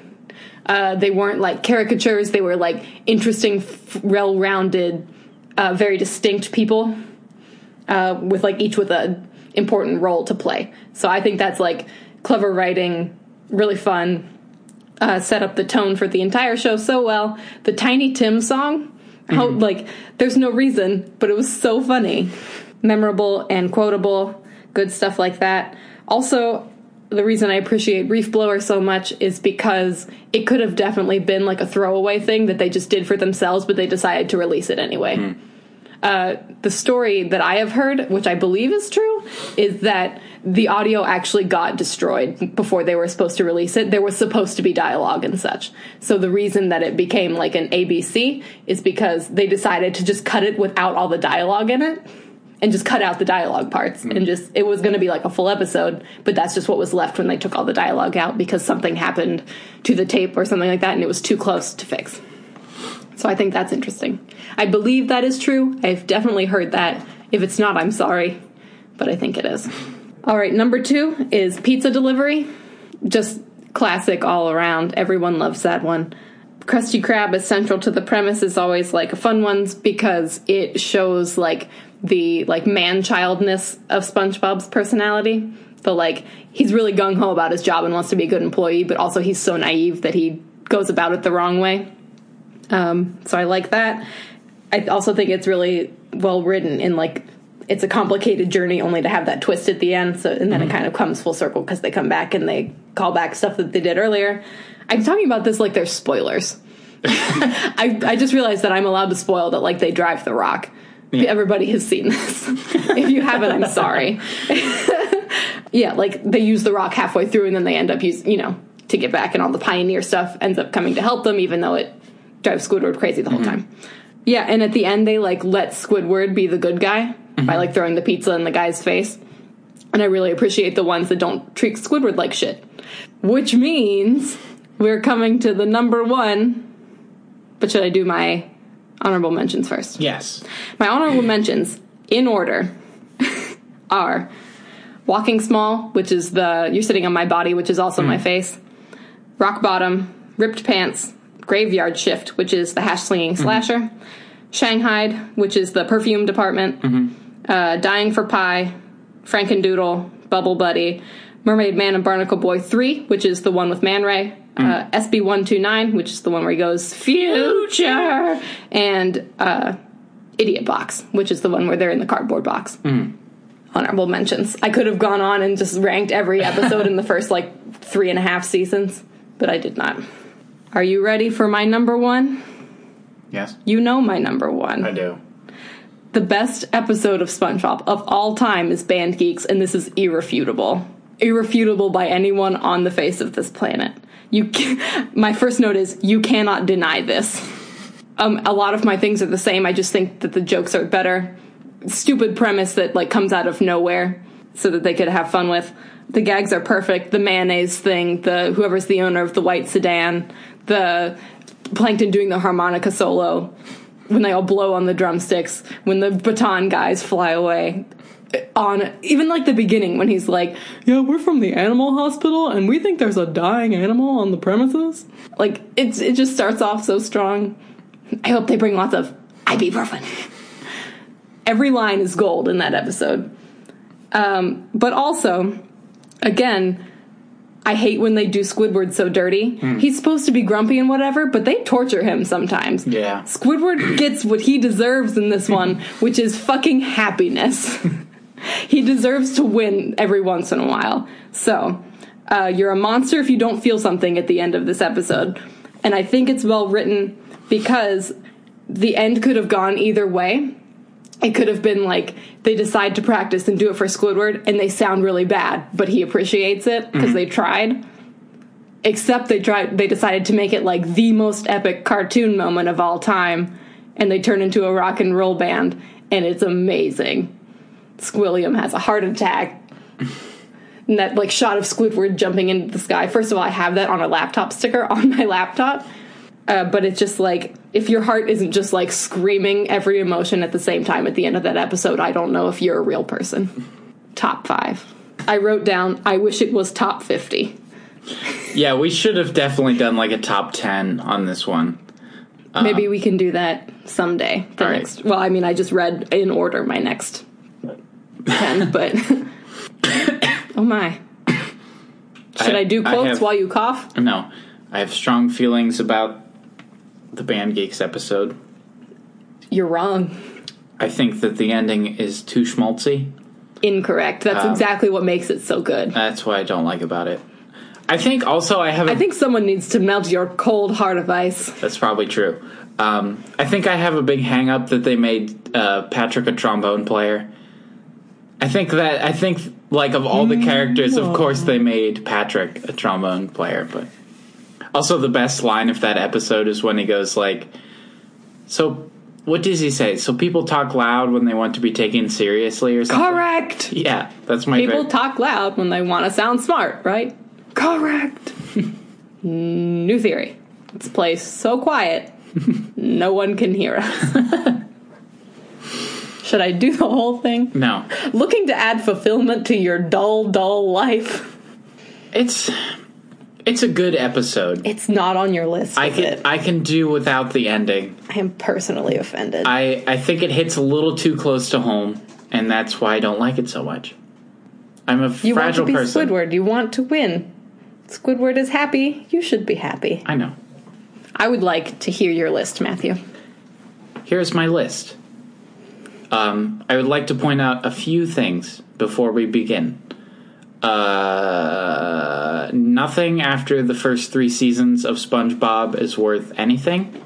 E: Uh, they weren't like caricatures, they were like interesting, f- well rounded, uh, very distinct people uh, with like each with a important role to play. So, I think that's like clever writing, really fun. Uh, set up the tone for the entire show so well. The Tiny Tim song, how like there's no reason, but it was so funny memorable and quotable, good stuff like that. Also, the reason I appreciate Reef Blower so much is because it could have definitely been like a throwaway thing that they just did for themselves, but they decided to release it anyway. Uh, the story that I have heard, which I believe is true, is that the audio actually got destroyed before they were supposed to release it. There was supposed to be dialogue and such. So the reason that it became like an ABC is because they decided to just cut it without all the dialogue in it and just cut out the dialogue parts and just it was going to be like a full episode but that's just what was left when they took all the dialogue out because something happened to the tape or something like that and it was too close to fix so i think that's interesting i believe that is true i've definitely heard that if it's not i'm sorry but i think it is all right number two is pizza delivery just classic all around everyone loves that one Krusty Krab is central to the premise is always like a fun ones because it shows like the like man childness of SpongeBob's personality. The like he's really gung ho about his job and wants to be a good employee, but also he's so naive that he goes about it the wrong way. Um, so I like that. I also think it's really well written in like it's a complicated journey only to have that twist at the end so and then it kind of comes full circle because they come back and they call back stuff that they did earlier i'm talking about this like they're spoilers [laughs] I, I just realized that i'm allowed to spoil that like they drive the rock everybody has seen this [laughs] if you haven't i'm sorry [laughs] yeah like they use the rock halfway through and then they end up use you know to get back and all the pioneer stuff ends up coming to help them even though it drives squidward crazy the whole time yeah, and at the end they like let Squidward be the good guy by like throwing the pizza in the guy's face. And I really appreciate the ones that don't treat Squidward like shit. Which means we're coming to the number one. But should I do my honorable mentions first?
B: Yes.
E: My honorable mentions in order [laughs] are Walking Small, which is the You're Sitting on My Body, which is also my face, Rock Bottom, Ripped Pants, Graveyard Shift, which is the hash slinging slasher, Shanghai, which is the perfume department, uh, Dying for Pie, Frankendoodle, Bubble Buddy, Mermaid Man and Barnacle Boy 3, which is the one with Man Ray. Uh, SB129, which is the one where he goes, Future! And uh, Idiot Box, which is the one where they're in the cardboard box. Honorable mentions. I could have gone on and just ranked every episode in the first like three and a half seasons, but I did not. Are you ready for my number one?
B: Yes.
E: You know my number one.
B: I do.
E: The best episode of SpongeBob of all time is Band Geeks, and this is irrefutable. Irrefutable by anyone on the face of this planet. You, ca [laughs] my first note is you cannot deny this. Um, a lot of my things are the same. I just think that the jokes are better. Stupid premise that like comes out of nowhere, so that they could have fun with. The gags are perfect. The mayonnaise thing. The whoever's the owner of the white sedan. The plankton doing the harmonica solo when they all blow on the drumsticks, when the baton guys fly away. On even like the beginning when he's like, "Yeah, we're from the animal hospital, and we think there's a dying animal on the premises." Like it's it just starts off so strong. I hope they bring lots of ibuprofen. Every line is gold in that episode. Um, but also, again, I hate when they do Squidward so dirty. He's supposed to be grumpy and whatever, but they torture him sometimes.
B: Yeah.
E: Squidward gets what he deserves in this one, which is fucking happiness. he deserves to win every once in a while. So, uh, you're a monster if you don't feel something at the end of this episode. And I think it's well written because the end could have gone either way. It could have been like they decide to practice and do it for Squidward and they sound really bad, but he appreciates it because they tried. Except they tried they decided to make it like the most epic cartoon moment of all time and they turn into a rock and roll band and it's amazing. Squilliam has a heart attack. [laughs] and that like shot of Squidward jumping into the sky. First of all, I have that on a laptop sticker on my laptop uh, but it's just like if your heart isn't just like screaming every emotion at the same time at the end of that episode, I don't know if you're a real person. [laughs] Top five. I wrote down. I wish it was top fifty.
B: Yeah, we should have definitely done like a top 10 on this one.
E: Maybe we can do that someday.
B: Uh-huh.
E: The
B: All right.
E: next. Well, I mean, I just read in order my next
B: [laughs]
E: ten, but [coughs] oh my. Should I, do
B: I
E: quotes
B: have-
E: while you cough?
B: No, I have strong feelings about the Band Geeks episode.
E: You're wrong.
B: I think that the ending is too schmaltzy.
E: Incorrect. That's
B: Um,
E: exactly what makes it so good.
B: That's what I don't like about it. I think also I have. a
E: I think someone needs to melt your cold heart of ice.
B: That's probably true. Um, I think I have a big hang up that they made uh, Patrick a trombone player. I think that I think like of all the
E: Mm,
B: characters, of course they made Patrick a trombone player, but also the best line of that episode is when he goes like so what does he say? So people talk loud when they want to be taken seriously or something.
E: Correct.
B: Yeah, that's my
E: People
B: favorite.
E: talk loud when they want to sound smart, right? Correct. [laughs] New theory. This place so quiet, no one can hear us. [laughs] Should I do the whole thing?
B: no.
E: Looking to add fulfillment to your dull, dull life.
B: It's it's a good episode.
E: It's not on your list.
B: I
E: is
B: can
E: it?
B: I can do without the ending.
E: I am personally offended.
B: I, I think it hits a little too close to home, and that's why I don't like it so much. I'm a
E: you want to
B: fragile
E: be
B: person.
E: Squidward. You want to win. Squidward is happy. You should be happy.
B: I know.
E: I would like to hear your list, Matthew.
B: Here's my list. Um, I would like to point out a few things before we begin. Uh, nothing after the first three seasons of SpongeBob is worth anything.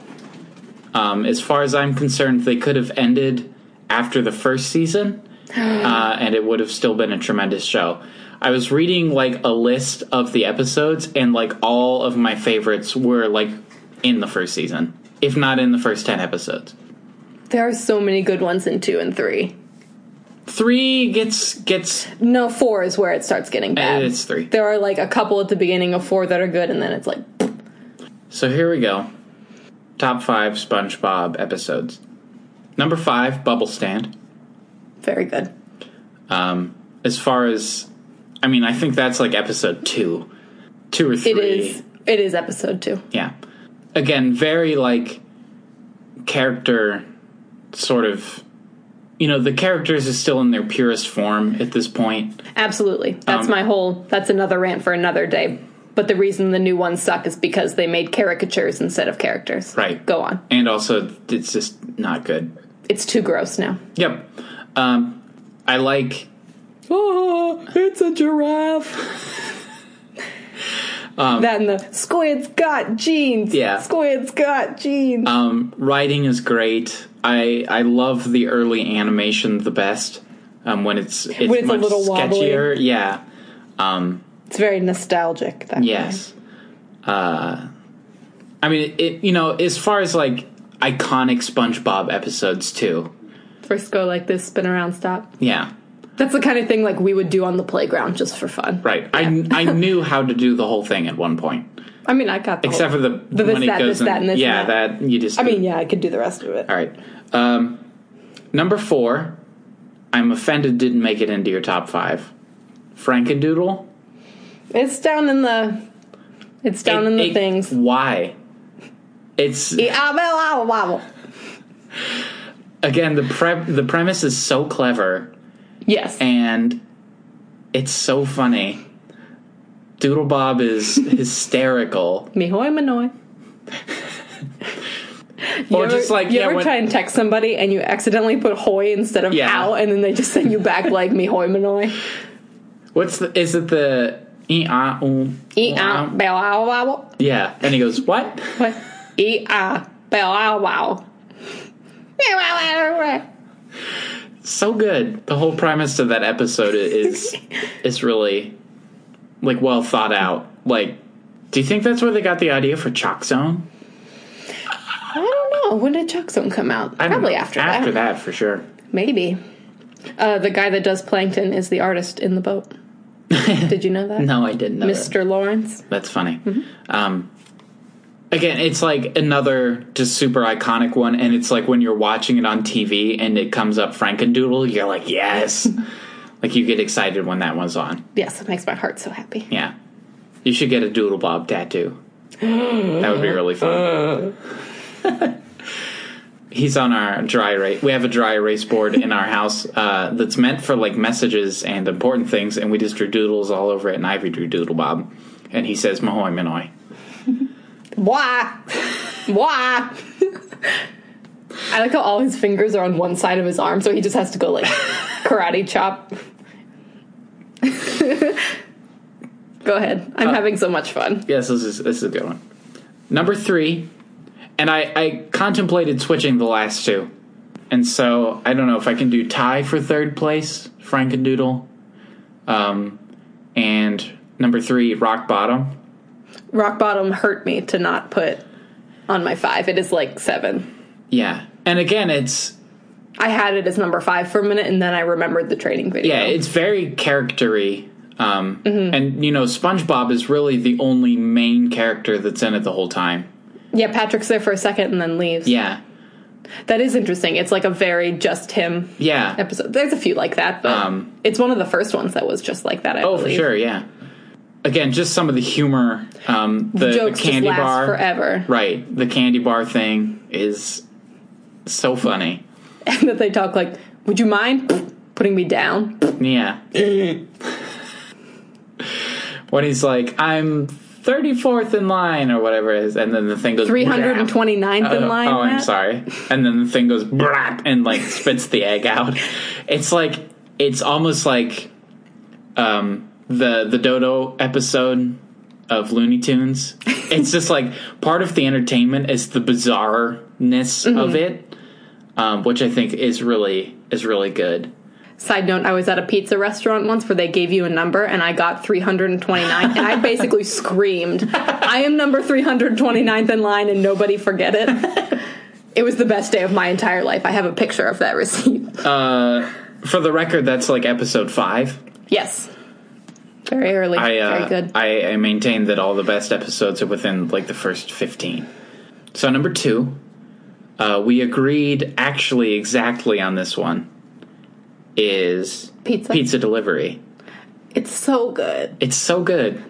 B: Um, as far as I'm concerned, they could have ended after the first season, uh, and it would have still been a tremendous show. I was reading like a list of the episodes, and like all of my favorites were like in the first season, if not in the first ten episodes.
E: There are so many good ones in two and three.
B: Three gets gets
E: No, four is where it starts getting bad.
B: it's three.
E: There are like a couple at the beginning of four that are good, and then it's like
B: So here we go. Top five SpongeBob episodes. Number five, Bubble Stand.
E: very good.
B: Um, as far as, I mean, I think that's like episode two, two or three.
E: It is. It is episode two.
B: Yeah. Again, very like character sort of. You know, the characters is still in their purest form at this point.
E: Absolutely. That's
B: Um,
E: my whole. That's another rant for another day. But the reason the new ones suck is because they made caricatures instead of characters.
B: Right.
E: Go on.
B: And also, it's just not good.
E: It's too gross now.
B: Yep. Um, I like. Oh, it's a giraffe.
E: that and the squid's got jeans.
B: Um, Yeah.
E: Squid's got jeans.
B: Um, writing is great. I I love the early animation the best. Um, when it's it's,
E: When it's a
B: much
E: little wobbly.
B: sketchier. Yeah. Um,
E: it's very nostalgic. That
B: yes. Uh, I mean, it. You know, as far as like iconic SpongeBob episodes too.
E: way. First go like this, spin around, stop.
B: Yeah.
E: That's the kind of thing like we would do on the playground just for fun.
B: Right.
E: [laughs]
B: I I knew how to do the whole thing at one point,
E: I mean, I got the
B: except for
E: whole-
B: the,
E: Oh. The this,
B: when it
E: that,
B: goes
E: this,
B: in-
E: that, and this,
B: yeah
E: and that.
B: you just
E: I mean, yeah, I could do the rest of it.
B: All right. Um, number four, I'm offended didn't make it into your top five. Frankendoodle.
E: It's down in the. It's down
B: It-
E: in the
B: it-
E: things.
B: Why? It's
E: Yeah, well, I will wobble.
B: again the pre- the premise is so clever
E: Yes.
B: and it's so funny. Doodle Bob
E: [laughs]
B: is hysterical.
E: Mihoy Manoy.
B: [laughs] Or just like,
E: you
B: yeah,
E: ever
B: when-
E: try and text somebody and you accidentally put hoy instead of
B: Yeah.
E: ow, and then they just send you back
B: [laughs]
E: like mihoy manoy.
B: What's the is it the ee, ah, um,
E: E ah bow ow wow.
B: yeah and he goes what
E: What? E ah bow ow wow.
B: so good the whole premise of that episode i-
E: [laughs]
B: is is really like well thought out like do you think that's where they got the idea for chalk zone
E: I don't know. When did Chuck Zone come out?
B: I don't
E: Probably
B: know.
E: after,
B: after
E: that.
B: that for sure
E: Maybe. Uh, the guy that does plankton is the artist in
B: [laughs]
E: the boat. Did you know that?
B: no i didn't know that.
E: Mr. Lawrence.
B: That's funny. Um, again, it's like another just super iconic one, and it's like when you're watching it on TV and it comes up Frankendoodle, you're like, yes. like you get excited when that one's on.
E: Yes, it makes my heart so happy.
B: Yeah, you should get a Doodle Bob tattoo. that would be really fun. He's on our dry erase. We have a dry erase board in our house uh, that's meant for like messages and important things, and we just drew doodles all over it. And Ivy drew Doodle Bob, and he says "Mahoy Manoy."
E: Why? Why? [laughs] I like how all his fingers are on one side of his arm, so he just has
B: [laughs]
E: to go like karate chop. [laughs] go ahead.
B: Uh,
E: I'm having so much fun.
B: Yes, this is this is a good one. Number three, and I, I contemplated switching the last two, and so I don't know if I can do tie for third place, Frankendoodle, um, and number three, Rock Bottom.
E: Rock bottom hurt me to not put on my five. It is like seven.
B: Yeah, and again, it's
E: I had it as number five for a minute, and then I remembered the training video.
B: yeah, it's very charactery. Um, And you know, SpongeBob is really the only main character that's in it the whole time.
E: yeah. Patrick's there for a second and then leaves.
B: Yeah,
E: That is interesting. It's like a very just him
B: yeah.
E: episode. There's a few like that, but
B: Um,
E: it's one of the first ones that was just like that. I
B: Oh, for
E: believe.
B: sure, yeah. Again, just some of the humor, um, the, the
E: Jokes
B: candy
E: just last
B: bar,
E: forever, [laughs]
B: right? The candy bar thing is so funny.
E: and that they talk like, "Would you mind putting me [laughs] down?"
B: Yeah. when he's like, "I'm 34th in line or whatever it is and then the thing goes
E: 329th in
B: Oh,
E: line.
B: Oh, I'm
E: Matt?
B: sorry. And then the thing goes brap and like spits the egg out. It's like it's almost like um the the dodo episode of Looney Tunes. It's just like part of the entertainment is the bizarreness of it, um, which I think is really is really good.
E: Side note, I was at a pizza restaurant once where they gave you a number and I got 329 and I basically screamed, I am number 329th in line and nobody forget it. It was the best day of my entire life. I have a picture of that receipt.
B: Uh, For the record, that's like episode five.
E: Yes. Very early.
B: I uh,
E: Very good.
B: I, I maintain that all the best episodes are within like the first fifteen. So number two, uh, we agreed actually exactly on this one is
E: Pizza.
B: pizza delivery.
E: It's so good.
B: It's so good.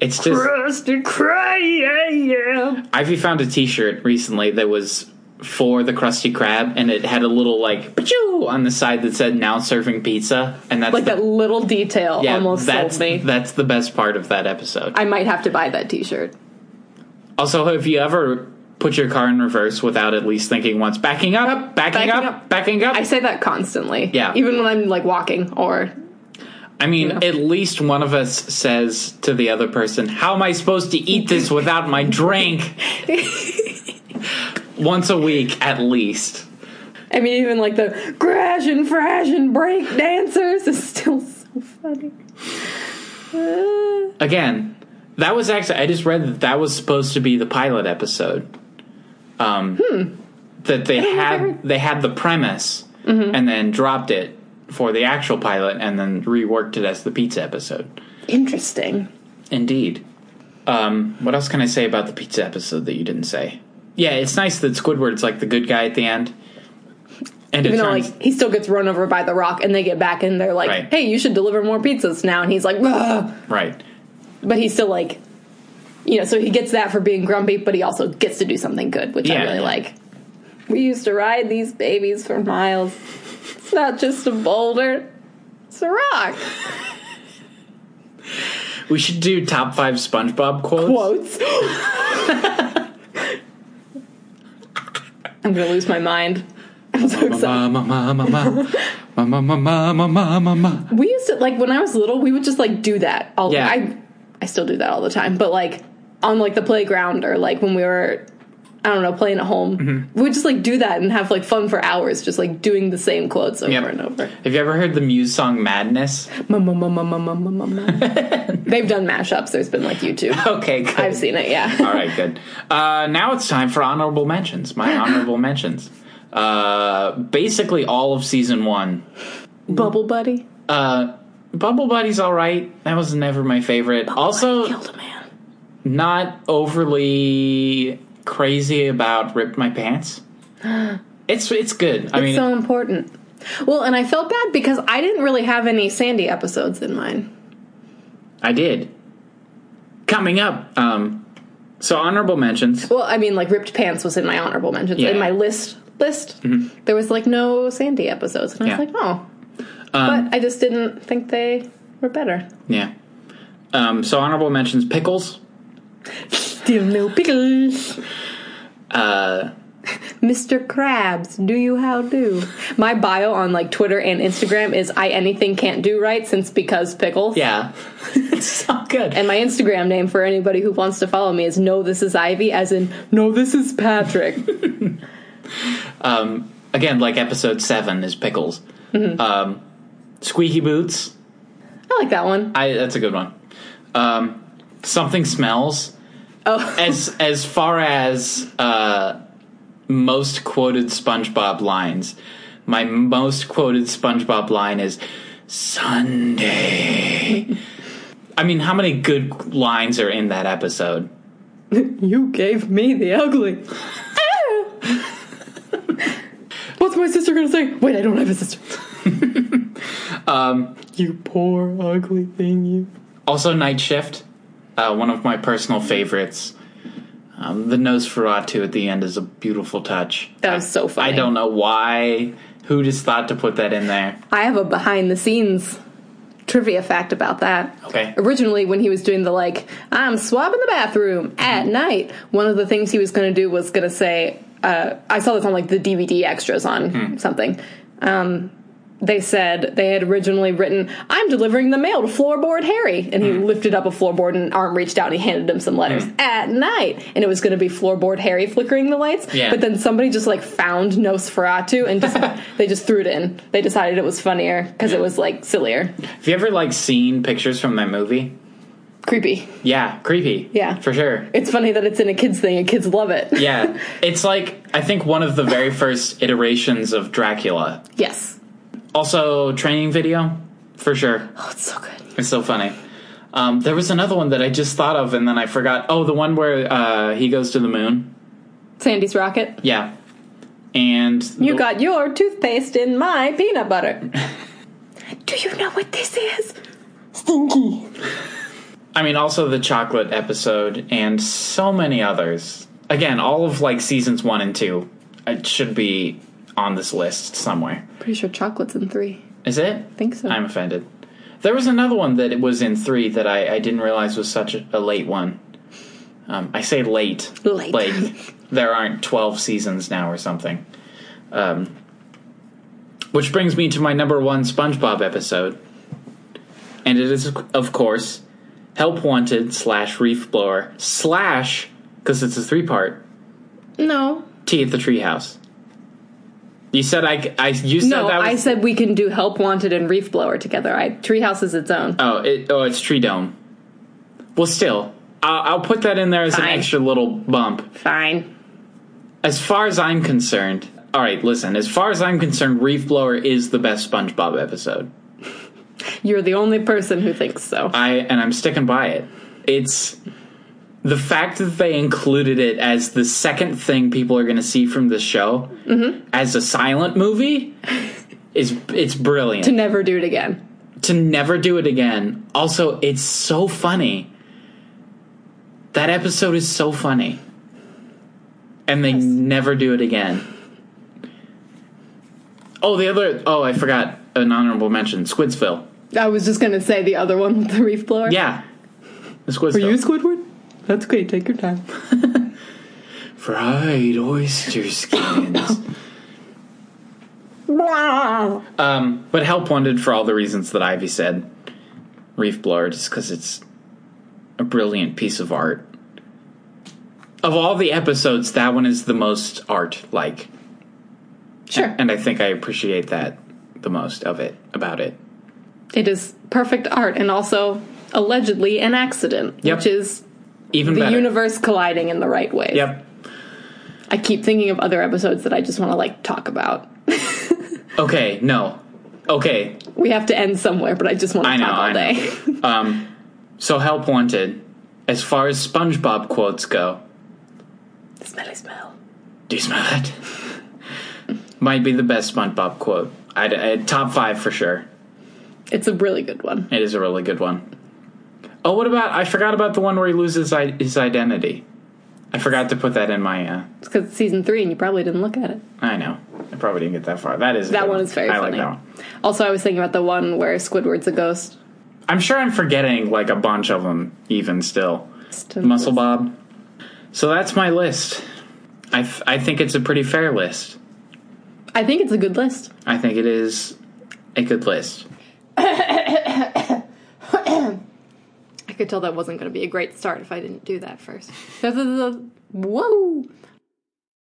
B: It's just
E: Rusty cry, yeah, yeah.
B: Ivy found a T-shirt recently that was for the Krusty Krab, and it had a little like pachoo on the side that said "Now serving pizza," and that's
E: Like
B: the,
E: that little detail
B: yeah,
E: almost
B: that's
E: sold me.
B: that's the best part of that episode.
E: I might have to buy that t shirt.
B: Also, if you ever put your car in reverse without at least thinking once, backing up, backing,
E: backing
B: up,
E: up.
B: backing up.
E: I
B: I,
E: say that constantly.
B: Yeah.
E: Even when I'm like walking or
B: mean,
E: Yeah.
B: at least one of us says to the other person, How am I supposed to eat this without my drink?
E: [laughs]
B: once a week, at least.
E: I mean, even like the crash and frash and break dancers is still so funny. Uh,
B: Again, that was actually, I just read that that was supposed to be the pilot episode. Um,
E: Hmm.
B: That they had they had the premise
E: Mm-hmm.
B: and then dropped it for the actual pilot and then reworked it as the pizza episode.
E: interesting.
B: Indeed. Um, what else can I say about the pizza episode that you didn't say? Yeah, it's nice that Squidward's like the good guy at the end. And it
E: Even though,
B: turns
E: like, he still gets run over by the rock, and they get back, and they're like,
B: Right.
E: "Hey, you should deliver more pizzas now." And he's like, "Ugh."
B: right.
E: "But he's still like, you know." So he gets that for being grumpy, but he also gets to do something good, which
B: Yeah.
E: I really like. We used to ride these babies for miles. It's not just a boulder; it's a rock.
B: We should do top five SpongeBob quotes.
E: quotes. I'm gonna lose my mind. I'm so excited.
B: Ma, ma, ma, ma,
E: [laughs]
B: ma. Ma, ma, ma, ma, ma, ma, ma, ma.
E: We used to like when I was little, we would just like do that. All
B: Yeah.
E: I I still do that all the time, but like on like the playground or like when we were I don't know playing at home, we would just like do that and have like fun for hours, just like doing the same quotes over
B: Yep.
E: and over.
B: Have you ever heard the Muse song Madness?
E: Ma, ma, ma, ma, ma, ma, ma, ma, ma. They've done mashups. There's been like YouTube.
B: Okay, good.
E: I've seen it. Yeah.
B: All right, good. Uh, now it's time for honorable mentions.
E: [laughs]
B: My honorable mentions. Uh, basically, all of season one
E: Bubble buddy.
B: Uh, Bubble Buddy's all right. That was never my favorite. also,
E: killed a man.
B: not overly crazy about ripped my
E: [gasps]
B: pants. It's it's good. I mean,
E: so important. Well, and I felt bad because I didn't really have any Sandy episodes in mine.
B: I did. Coming up, um, so honorable mentions.
E: Well, I mean, like ripped pants was in my honorable mentions
B: Yeah. Mm-hmm.
E: in my list. List there was like no Sandy episodes, and I
B: Yeah.
E: was like, oh,
B: Um,
E: but I just didn't think they were better.
B: yeah. Um, so honorable mentions: pickles,
E: Still no pickles.
B: uh,
E: Mr. Krabs, do you how do? My bio on like Twitter and Instagram is I anything can't do right since because pickles.
B: yeah. [laughs] it's not good.
E: And my Instagram name for anybody who wants to follow me is No This Is Ivy, as in No This Is Patrick.
B: Again, like episode seven is pickles.
E: Mm-hmm.
B: Um, squeaky boots.
E: I like that one.
B: I that's a good one. Um, something smells.
E: Oh.
B: As as far as uh, most quoted SpongeBob lines, my most quoted SpongeBob line is Sunday. I mean, how many good lines are in that episode?
E: You gave me
B: [laughs]
E: the ugly. What's my sister gonna say? Wait, I don't have a sister.
B: Um,
E: You poor ugly thing, you.
B: also, Night Shift, uh, one of my personal favorites. Um, the Nosferatu at the end is a beautiful touch.
E: That was so funny.
B: I don't know why. Who just thought to put that in there?
E: I have a behind the scenes trivia fact about that.
B: Okay.
E: Originally, when he was doing the like, I'm swabbing the bathroom at
B: Mm-hmm.
E: night, one of the things he was going to do was going to say, uh, I saw this on like the DVD extras on
B: Hmm.
E: something. Um, they said they had originally written, I'm delivering the mail to Floorboard Harry. And he
B: Hmm.
E: lifted up a floorboard and an arm reached out and he handed him some letters at night. And it was going to be Floorboard Harry flickering the lights.
B: Yeah.
E: But then somebody just like found Nosferatu
B: [laughs]
E: and just, they just threw it in. They decided it was funnier because it was like sillier.
B: Have you ever like seen pictures from that movie?
E: Creepy.
B: Yeah, creepy.
E: Yeah.
B: for sure.
E: It's funny that it's in a kids thing and kids love it. [laughs]
B: Yeah, it's like I think one of the very first iterations of Dracula.
E: yes.
B: Also, training video for sure.
E: Oh, it's so good.
B: It's so funny. Um, there was another one that I just thought of and then I forgot. Oh, the one where uh, he goes to the moon.
E: Sandy's Rocket.
B: Yeah, and
E: You
B: the-
E: got your toothpaste in my peanut butter. [laughs] Do you know what this is? Stinky.
B: I mean, also the chocolate episode and so many others. Again, all of like seasons one and two. It should be on this list somewhere.
E: Pretty sure chocolate's in three.
B: Is it?
E: I [laughs] think so.
B: I'm offended. There was another one that it was in three that I, I didn't realize was such a, a late one. Um, I say late.
E: Late.
B: Like there aren't twelve seasons now or something. Um, which brings me to my number one SpongeBob episode, and it is of course "Help Wanted" slash "Reef Blower" slash because it's a three part
E: no.
B: "Tea at the Treehouse." You said I, c- I- you said
E: no,
B: that was
E: I said we can do Help Wanted and Reef Blower together. I Treehouse is its own.
B: Oh, it, oh, it's Tree Dome. Well, still, I'll, I'll put that in there as an
E: Fine.
B: extra little bump.
E: Fine.
B: As far as I'm concerned, all right, listen. As far as I'm concerned, Reef Blower is the best SpongeBob episode.
E: You're the only person who thinks so.
B: I and I'm sticking by it. It's the fact that they included it as the second thing people are going to see from this show as a silent movie is it's brilliant.
E: to never do it again.
B: to never do it again. Also, it's so funny. That episode is so funny. And they never do it again. Oh, the other. Oh, I forgot an honorable mention Squidsville.
E: I was just gonna say the other one with the reef blower.
B: Yeah. The Squidsville.
E: Were you Squidward? That's okay. Take your time.
B: Fried oyster skins.
E: That's
B: um, but Help Wanted for all the reasons that Ivy said. Reef Blower, just because it's a brilliant piece of art. Of all the episodes, that one is the most art like.
E: Sure.
B: And I think I appreciate that the most of it, about it.
E: It is perfect art and also allegedly an accident,
B: Yep.
E: which is
B: Even
E: the
B: better.
E: universe colliding in the right way.
B: Yep.
E: I keep thinking of other episodes that I just want to like talk about.
B: Okay, no. Okay,
E: We have to end somewhere, but I just want
B: I
E: to
B: know,
E: talk all
B: I know.
E: day. [laughs]
B: Um, so Help Wanted, as far as SpongeBob quotes go,
E: Smelly smell.
B: Do you smell that? Might be the best SpongeBob quote. I'd, i top five for sure.
E: It's a really good one.
B: It is a really good one. Oh, what about? I forgot about the one where he loses I- his identity. I forgot to put that in my. Uh,
E: It's because it's season three, and you probably didn't look at it.
B: I know. I probably didn't get that far. That is a
E: That
B: good
E: one is very
B: I
E: funny.
B: like that one.
E: Also, I was thinking about the one where Squidward's a ghost.
B: I'm sure I'm forgetting like a bunch of them. Even still, Muscle Bob. So that's my list. I f- I think it's a pretty fair list.
E: I think it's a good list.
B: I think it is a good list.
E: I could tell that wasn't going to be a great start if I didn't do that first. Whoa!